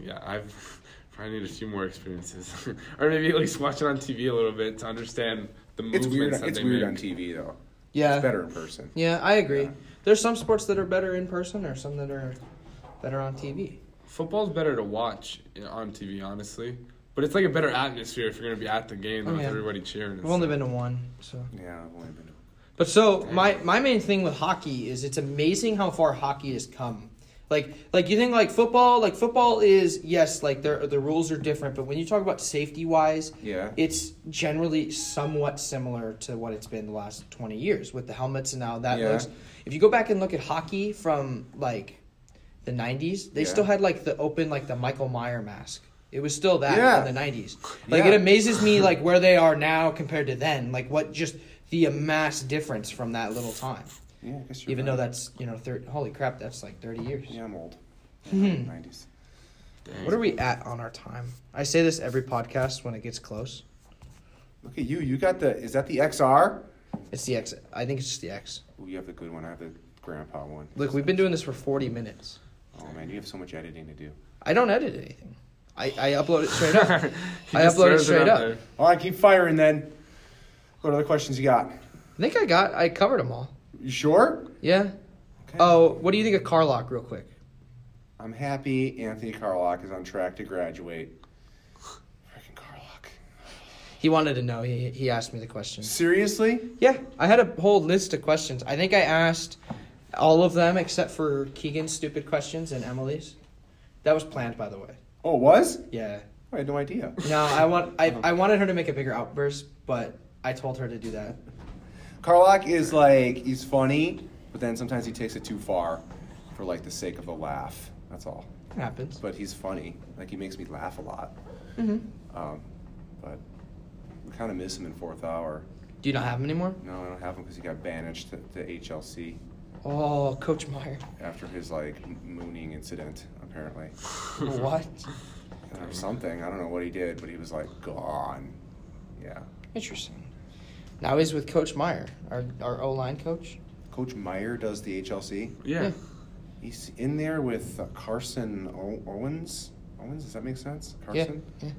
[SPEAKER 2] Yeah, I've probably need a few more experiences, or maybe at least watch it on TV a little bit to understand the
[SPEAKER 3] It's
[SPEAKER 2] movements
[SPEAKER 3] weird.
[SPEAKER 2] that
[SPEAKER 3] It's
[SPEAKER 2] they
[SPEAKER 3] weird
[SPEAKER 2] make.
[SPEAKER 3] on TV though.
[SPEAKER 1] Yeah,
[SPEAKER 3] It's better in person.
[SPEAKER 1] yeah, I agree.
[SPEAKER 3] Yeah.
[SPEAKER 1] There's some sports that are better in person, or some that are better on TV.
[SPEAKER 2] Football's better to watch on TV, honestly. But it's like a better atmosphere if you're going to be at the game than
[SPEAKER 1] Oh,
[SPEAKER 2] with
[SPEAKER 1] yeah.
[SPEAKER 2] everybody cheering. and
[SPEAKER 1] I've only
[SPEAKER 2] stuff.
[SPEAKER 1] been to one, so.
[SPEAKER 3] Yeah, I've only been to
[SPEAKER 1] But so my my main thing with hockey is it's amazing how far hockey has come. Like like you think like football like football is yes like the the rules are different, but when you talk about safety wise,
[SPEAKER 3] Yeah.
[SPEAKER 1] it's generally somewhat similar to what it's been the last 20 years with the helmets and how that
[SPEAKER 3] Yeah.
[SPEAKER 1] looks. If you go back and look at hockey from like the 90s, they
[SPEAKER 3] Yeah.
[SPEAKER 1] still had like the open like the Michael Meyer mask. It was still that
[SPEAKER 3] Yeah.
[SPEAKER 1] in the 90s. Like
[SPEAKER 3] Yeah.
[SPEAKER 1] it amazes me like where they are now compared to then. Like what just the amass difference from that little time.
[SPEAKER 3] Yeah, I guess you're
[SPEAKER 1] Even
[SPEAKER 3] right.
[SPEAKER 1] though that's you know thir- holy crap that's like 30 years.
[SPEAKER 3] Yeah, I'm old. Nineties.
[SPEAKER 1] What are we at on our time? I say this every podcast when it gets close.
[SPEAKER 3] Look at you. You got the. Is that the XR?
[SPEAKER 1] It's the X. I think it's just the X.
[SPEAKER 3] Ooh, you have the good one. I have the grandpa one.
[SPEAKER 1] Look, we've been doing this for 40 minutes.
[SPEAKER 3] Oh man, you have so much editing to do.
[SPEAKER 1] I don't edit anything. I, I upload it straight up.
[SPEAKER 2] He
[SPEAKER 1] I
[SPEAKER 2] just
[SPEAKER 1] uploaded
[SPEAKER 2] throws
[SPEAKER 1] straight
[SPEAKER 2] out
[SPEAKER 1] up.
[SPEAKER 2] there.
[SPEAKER 3] All right, keep firing then. What other questions you got?
[SPEAKER 1] I think I got I covered them all.
[SPEAKER 3] You sure?
[SPEAKER 1] Yeah.
[SPEAKER 3] Okay.
[SPEAKER 1] Oh, what do you think of Carlock, real quick?
[SPEAKER 3] I'm happy Anthony Carlock is on track to graduate. Freaking Carlock.
[SPEAKER 1] He wanted to know. He he asked me the question.
[SPEAKER 3] Seriously?
[SPEAKER 1] Yeah, I had a whole list of questions. I think I asked all of them except for Keegan's stupid questions and Emily's. That was planned, by the way.
[SPEAKER 3] Oh, it was?
[SPEAKER 1] Yeah.
[SPEAKER 3] I had no idea.
[SPEAKER 1] No, I want I, I wanted her to make a bigger outburst, but I told her to do that.
[SPEAKER 3] Carlock is like he's funny, but then sometimes he takes it too far for like the sake of a laugh. That's all.
[SPEAKER 1] It happens.
[SPEAKER 3] But he's funny. Like he makes me laugh a lot. Um, but we kind of miss him in fourth hour.
[SPEAKER 1] Do you not have him anymore?
[SPEAKER 3] No, I don't have him because he got banished to, to HLC
[SPEAKER 1] Oh, Coach Meyer.
[SPEAKER 3] after his like m- mooning incident, apparently,
[SPEAKER 1] what?
[SPEAKER 3] or something. I don't know what he did, but he was like gone. Yeah.
[SPEAKER 1] Interesting. Now he's with Coach Meyer, our our O line coach.
[SPEAKER 3] Coach Meyer does the HLC.
[SPEAKER 2] Yeah.
[SPEAKER 3] He's in there with uh, Carson o- Owens. Owens, does that make sense?
[SPEAKER 1] Yeah,
[SPEAKER 3] Carson.
[SPEAKER 1] yeah.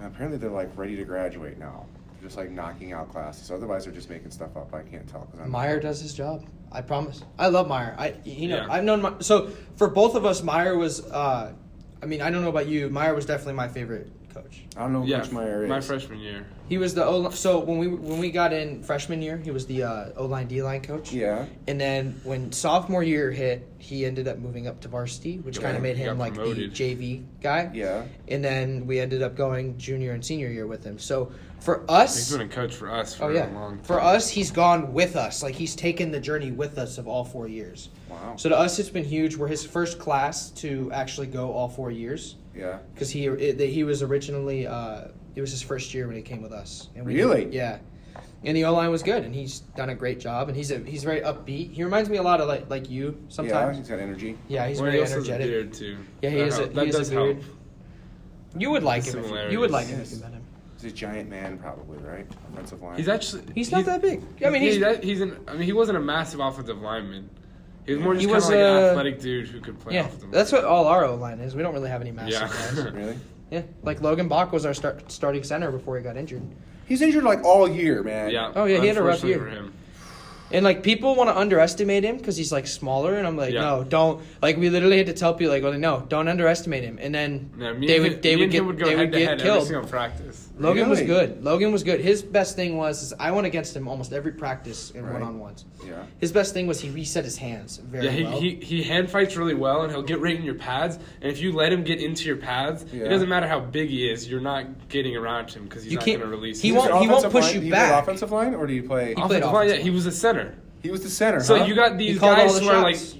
[SPEAKER 3] And apparently they're like ready to graduate now. They're just like knocking out classes. Otherwise they're just making stuff up. I can't tell because I'm
[SPEAKER 1] Meyer does his job. I promise. I love Meyer. I you know
[SPEAKER 2] Yeah.
[SPEAKER 1] I've known Meyer. so for both of us Meyer was uh, I mean I don't know about you Meyer was definitely my favorite coach.
[SPEAKER 3] I don't know who
[SPEAKER 2] Yeah.
[SPEAKER 3] Coach Meyer is.
[SPEAKER 2] My freshman year.
[SPEAKER 1] He was the O so when we when we got in freshman year he was the uh, O line D line coach.
[SPEAKER 3] Yeah.
[SPEAKER 1] And then when sophomore year hit he ended up moving up to varsity which
[SPEAKER 2] Yeah,
[SPEAKER 1] kind of made
[SPEAKER 2] he
[SPEAKER 1] him
[SPEAKER 2] got
[SPEAKER 1] like
[SPEAKER 2] promoted.
[SPEAKER 1] the JV guy.
[SPEAKER 3] Yeah.
[SPEAKER 1] And then we ended up going junior and senior year with him. So for
[SPEAKER 2] He's
[SPEAKER 1] us.
[SPEAKER 2] been a coach for us for
[SPEAKER 1] Oh yeah.
[SPEAKER 2] a long time.
[SPEAKER 1] For us, he's gone with us. Like he's taken the journey with us of all four years.
[SPEAKER 3] Wow.
[SPEAKER 1] So to us, it's been huge. We're his first class to actually go all four years
[SPEAKER 3] Yeah.
[SPEAKER 1] because he it, he was originally uh, it was his first year when he came with us. And we
[SPEAKER 3] Really?
[SPEAKER 1] yeah. And the O line was good, and he's done a great job. And he's a, he's very upbeat. He reminds me a lot of like like you
[SPEAKER 3] Yeah,
[SPEAKER 1] sometimes.
[SPEAKER 3] he's got energy.
[SPEAKER 1] Yeah, he's
[SPEAKER 2] Well, he
[SPEAKER 1] very
[SPEAKER 2] also has a
[SPEAKER 1] energetic.
[SPEAKER 2] beard, too.
[SPEAKER 1] Yeah, he
[SPEAKER 2] That
[SPEAKER 1] is. A,
[SPEAKER 2] help-
[SPEAKER 1] he
[SPEAKER 2] that
[SPEAKER 1] is
[SPEAKER 2] does
[SPEAKER 1] a beard.
[SPEAKER 2] help.
[SPEAKER 1] You would like
[SPEAKER 2] The
[SPEAKER 1] him. If you, you would like him if
[SPEAKER 3] similarities.
[SPEAKER 1] you met him.
[SPEAKER 3] He's a giant man, probably, right? Offensive line.
[SPEAKER 2] He's actually.
[SPEAKER 1] He's not that big. I mean,
[SPEAKER 2] yeah,
[SPEAKER 1] he's,
[SPEAKER 2] that- he's an. I mean, he wasn't a massive offensive lineman. He was more
[SPEAKER 1] He
[SPEAKER 2] just
[SPEAKER 1] was,
[SPEAKER 2] kind of like an
[SPEAKER 1] uh,
[SPEAKER 2] athletic dude who could play
[SPEAKER 1] yeah.
[SPEAKER 2] offensive.
[SPEAKER 1] That's
[SPEAKER 2] line.
[SPEAKER 1] what all our O line is. We don't really have any massive guys.
[SPEAKER 2] Yeah.
[SPEAKER 3] really?
[SPEAKER 1] Yeah, like Logan Bach was our start, starting center before he got injured.
[SPEAKER 3] He's injured like all year, man.
[SPEAKER 2] yeah.
[SPEAKER 1] Oh, yeah, he had a rough
[SPEAKER 2] unfortunately
[SPEAKER 1] year.
[SPEAKER 2] for him.
[SPEAKER 1] And like people want to underestimate him because he's like smaller, and I'm like,
[SPEAKER 2] Yeah.
[SPEAKER 1] no, don't. Like we literally had to tell people like, well, no, don't underestimate him. And then
[SPEAKER 2] No, me
[SPEAKER 1] they
[SPEAKER 2] and
[SPEAKER 1] would
[SPEAKER 2] him-
[SPEAKER 1] they
[SPEAKER 2] me
[SPEAKER 1] would
[SPEAKER 2] and him
[SPEAKER 1] get
[SPEAKER 2] go
[SPEAKER 1] they
[SPEAKER 2] head
[SPEAKER 1] would
[SPEAKER 2] to
[SPEAKER 1] get
[SPEAKER 2] head Every
[SPEAKER 1] killed.
[SPEAKER 2] single practice.
[SPEAKER 1] Logan was
[SPEAKER 3] Really?
[SPEAKER 1] good. Logan was good. His best thing was is I want against him almost every practice in
[SPEAKER 3] Right.
[SPEAKER 1] one on ones.
[SPEAKER 3] Yeah.
[SPEAKER 1] His best thing was he reset his hands very
[SPEAKER 2] Yeah, he,
[SPEAKER 1] well.
[SPEAKER 2] he, he hand fights really well, and he'll get right in your pads. And if you let him get into your pads,
[SPEAKER 3] Yeah.
[SPEAKER 2] it doesn't matter how big he is, you're not getting around him because he's
[SPEAKER 1] You
[SPEAKER 2] not
[SPEAKER 1] can't-
[SPEAKER 2] going to release.
[SPEAKER 1] he
[SPEAKER 2] you.
[SPEAKER 3] He's
[SPEAKER 1] won't-
[SPEAKER 3] an
[SPEAKER 1] he won't
[SPEAKER 3] offensive
[SPEAKER 1] push
[SPEAKER 3] line-
[SPEAKER 1] you
[SPEAKER 3] he
[SPEAKER 1] back.
[SPEAKER 3] Played offensive line, or do you play?
[SPEAKER 1] He
[SPEAKER 2] offensive
[SPEAKER 1] played
[SPEAKER 2] line, yeah,
[SPEAKER 1] offensive
[SPEAKER 2] he was a center.
[SPEAKER 3] He was the center.
[SPEAKER 2] So
[SPEAKER 3] huh?
[SPEAKER 2] you got
[SPEAKER 1] He
[SPEAKER 2] these
[SPEAKER 1] called all
[SPEAKER 2] guys
[SPEAKER 1] the
[SPEAKER 2] who are like
[SPEAKER 1] shots.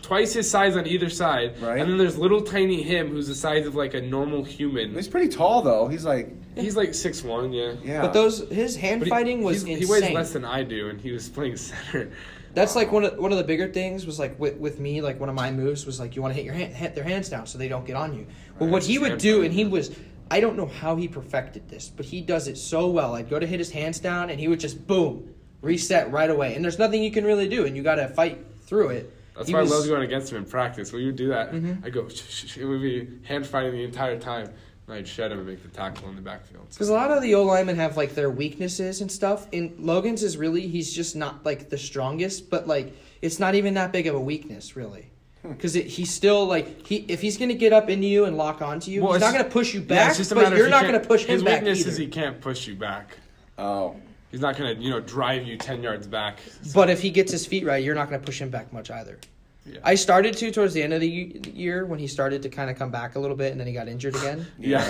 [SPEAKER 2] twice his size on either side,
[SPEAKER 3] Right.
[SPEAKER 2] and then there's little tiny him who's the size of like a normal human.
[SPEAKER 3] He's pretty tall though. He's like
[SPEAKER 2] He's like six one, yeah.
[SPEAKER 3] yeah.
[SPEAKER 1] But those his hand
[SPEAKER 2] But he-
[SPEAKER 1] fighting was
[SPEAKER 2] he's-
[SPEAKER 1] insane.
[SPEAKER 2] He weighs less than I do, and he was playing center.
[SPEAKER 1] That's like one of one of the bigger things was like with, with me like one of my moves was like you want to hit your hand hit their hands down so they don't get on you. Well, what
[SPEAKER 2] That's
[SPEAKER 1] he would
[SPEAKER 2] hand
[SPEAKER 1] do,
[SPEAKER 2] fighting.
[SPEAKER 1] and he was, I don't know how he perfected this, but he does it so well. I'd go to hit his hands down, and he would just boom reset right away, and there's nothing you can really do, and you got to fight through it.
[SPEAKER 2] That's
[SPEAKER 1] He
[SPEAKER 2] why
[SPEAKER 1] was- Mm-hmm.
[SPEAKER 2] I love going against him in practice. We would do that. I go, "Shh, shh, shh," and we'd be hand fighting the entire time, and I'd shut him and make the tackle in the backfield.
[SPEAKER 1] Because a lot of the O linemen have like their weaknesses and stuff. And Logan's is really he's just not like the strongest, but like it's not even that big of a weakness really. Because he's still like he if he's gonna get up into you and lock onto you,
[SPEAKER 2] Well,
[SPEAKER 1] he's not
[SPEAKER 2] it's ju-
[SPEAKER 1] gonna push you
[SPEAKER 2] Yeah,
[SPEAKER 1] back,
[SPEAKER 2] it's just a matter
[SPEAKER 1] but
[SPEAKER 2] of
[SPEAKER 1] you're
[SPEAKER 2] he
[SPEAKER 1] not
[SPEAKER 2] can't-
[SPEAKER 1] gonna push him
[SPEAKER 2] His
[SPEAKER 1] back
[SPEAKER 2] weakness
[SPEAKER 1] either.
[SPEAKER 2] is he can't push you back.
[SPEAKER 3] oh,
[SPEAKER 2] He's not gonna, you know, drive you ten yards back.
[SPEAKER 1] But if he gets his feet right, you're not gonna push him back much either.
[SPEAKER 2] Yeah.
[SPEAKER 1] I started to towards the end of the ye- year when he started to kind of come back a little bit, and then he got injured again.
[SPEAKER 2] yeah.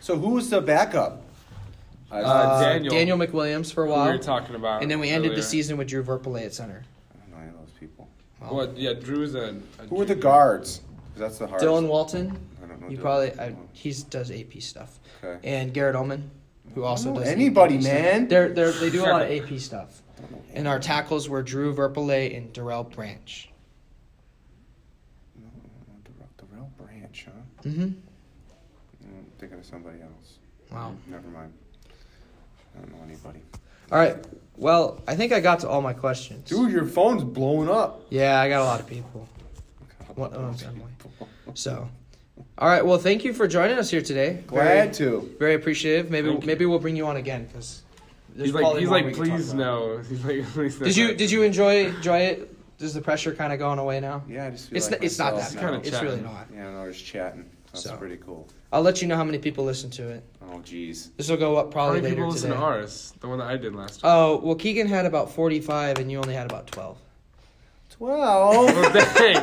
[SPEAKER 3] so who was the backup? I
[SPEAKER 1] Uh,
[SPEAKER 2] Daniel.
[SPEAKER 1] Daniel McWilliams for a
[SPEAKER 2] Who we
[SPEAKER 1] while,
[SPEAKER 2] were talking about,
[SPEAKER 1] and then we ended
[SPEAKER 2] earlier.
[SPEAKER 1] the season with Drew Verpele at center.
[SPEAKER 3] I don't know any of those people.
[SPEAKER 2] What? Yeah, Drew's a. a
[SPEAKER 3] Who are the guards? 'Cause That's the hardest.
[SPEAKER 1] Dylan Walton.
[SPEAKER 3] I don't know.
[SPEAKER 1] You
[SPEAKER 3] Dylan.
[SPEAKER 1] probably I, he's does AP stuff,
[SPEAKER 3] Okay.
[SPEAKER 1] and Garrett Ullman, who also
[SPEAKER 3] Oh,
[SPEAKER 1] does
[SPEAKER 3] anybody,
[SPEAKER 1] AP stuff.
[SPEAKER 3] man.
[SPEAKER 1] They're they are they do a lot of AP stuff. And our tackles were Drew Verpele and Darrell Branch.
[SPEAKER 3] The real branch, huh?
[SPEAKER 1] Mm-hmm.
[SPEAKER 3] I'm thinking of somebody else.
[SPEAKER 1] Wow.
[SPEAKER 3] Mm, Never mind. I don't know anybody.
[SPEAKER 1] All right. Well, I think I got to all my questions.
[SPEAKER 3] Dude, your phone's blowing up.
[SPEAKER 1] Yeah, I got a lot of people. What oh, else, Emily? So, all right. Well, thank you for joining us here today.
[SPEAKER 3] Glad to.
[SPEAKER 1] Very, very appreciative. Maybe
[SPEAKER 2] Thank you.
[SPEAKER 1] maybe we'll bring you on again because
[SPEAKER 2] He's like, he's like, please no. He's like, please no.
[SPEAKER 1] Did you did you enjoy enjoy it? Is the pressure kind of going away now?
[SPEAKER 3] Yeah, I just feel
[SPEAKER 1] It's
[SPEAKER 3] like
[SPEAKER 1] n- it's not that
[SPEAKER 3] myself
[SPEAKER 1] bad.
[SPEAKER 2] kinda
[SPEAKER 3] now.
[SPEAKER 1] it's
[SPEAKER 2] chatting.
[SPEAKER 1] really not.
[SPEAKER 3] Yeah, no, just chatting. That's
[SPEAKER 1] So.
[SPEAKER 3] pretty cool.
[SPEAKER 1] I'll let you know how many people listen to it.
[SPEAKER 3] Oh, jeez.
[SPEAKER 1] This will go up
[SPEAKER 2] How
[SPEAKER 1] probably
[SPEAKER 2] many
[SPEAKER 1] later
[SPEAKER 2] people listen
[SPEAKER 1] today.
[SPEAKER 2] to ours? The one that I did last time.
[SPEAKER 1] Oh well, Keegan had about forty five, and you only had about twelve.
[SPEAKER 3] Twelve.
[SPEAKER 2] Well, dang.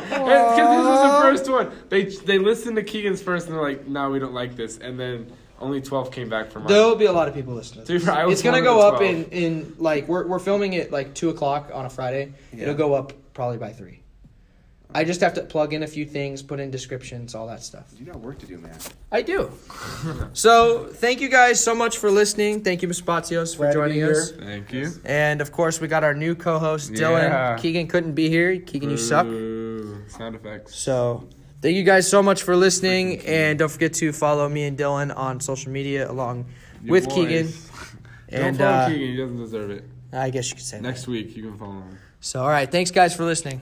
[SPEAKER 2] Because this was the first one. They they listened to Keegan's first and they're like, no, we don't like this. And then only 12 came back from
[SPEAKER 1] There
[SPEAKER 2] ours.
[SPEAKER 1] will be a lot of people listening.
[SPEAKER 2] Dude, I was
[SPEAKER 1] it's gonna
[SPEAKER 2] one
[SPEAKER 1] go
[SPEAKER 2] of the
[SPEAKER 1] up
[SPEAKER 2] 12.
[SPEAKER 1] in in like we're we're filming it like two o'clock on a Friday.
[SPEAKER 3] Yeah.
[SPEAKER 1] It'll go up probably by three. I just have to plug in a few things, put in descriptions, all that stuff.
[SPEAKER 3] you got work to do, man.
[SPEAKER 1] I do. so thank you guys so much for listening. Thank you, Ms. Spatsios, for
[SPEAKER 3] Glad to be
[SPEAKER 1] joining us.
[SPEAKER 3] here.
[SPEAKER 2] Thank you.
[SPEAKER 1] And of course, we got our new co-host Dylan.
[SPEAKER 2] Yeah.
[SPEAKER 1] Keegan couldn't be here. Keegan, you suck.
[SPEAKER 2] Ooh, Sound effects.
[SPEAKER 1] So thank you guys so much for listening, and don't forget to follow me and Dylan on social media along
[SPEAKER 2] Your
[SPEAKER 1] with
[SPEAKER 2] voice.
[SPEAKER 1] Keegan.
[SPEAKER 2] Don't
[SPEAKER 1] And
[SPEAKER 2] follow
[SPEAKER 1] uh,
[SPEAKER 2] Keegan. He doesn't deserve it.
[SPEAKER 1] I guess you could say that.
[SPEAKER 2] Next week, you can follow him.
[SPEAKER 1] So all right, thanks guys for listening.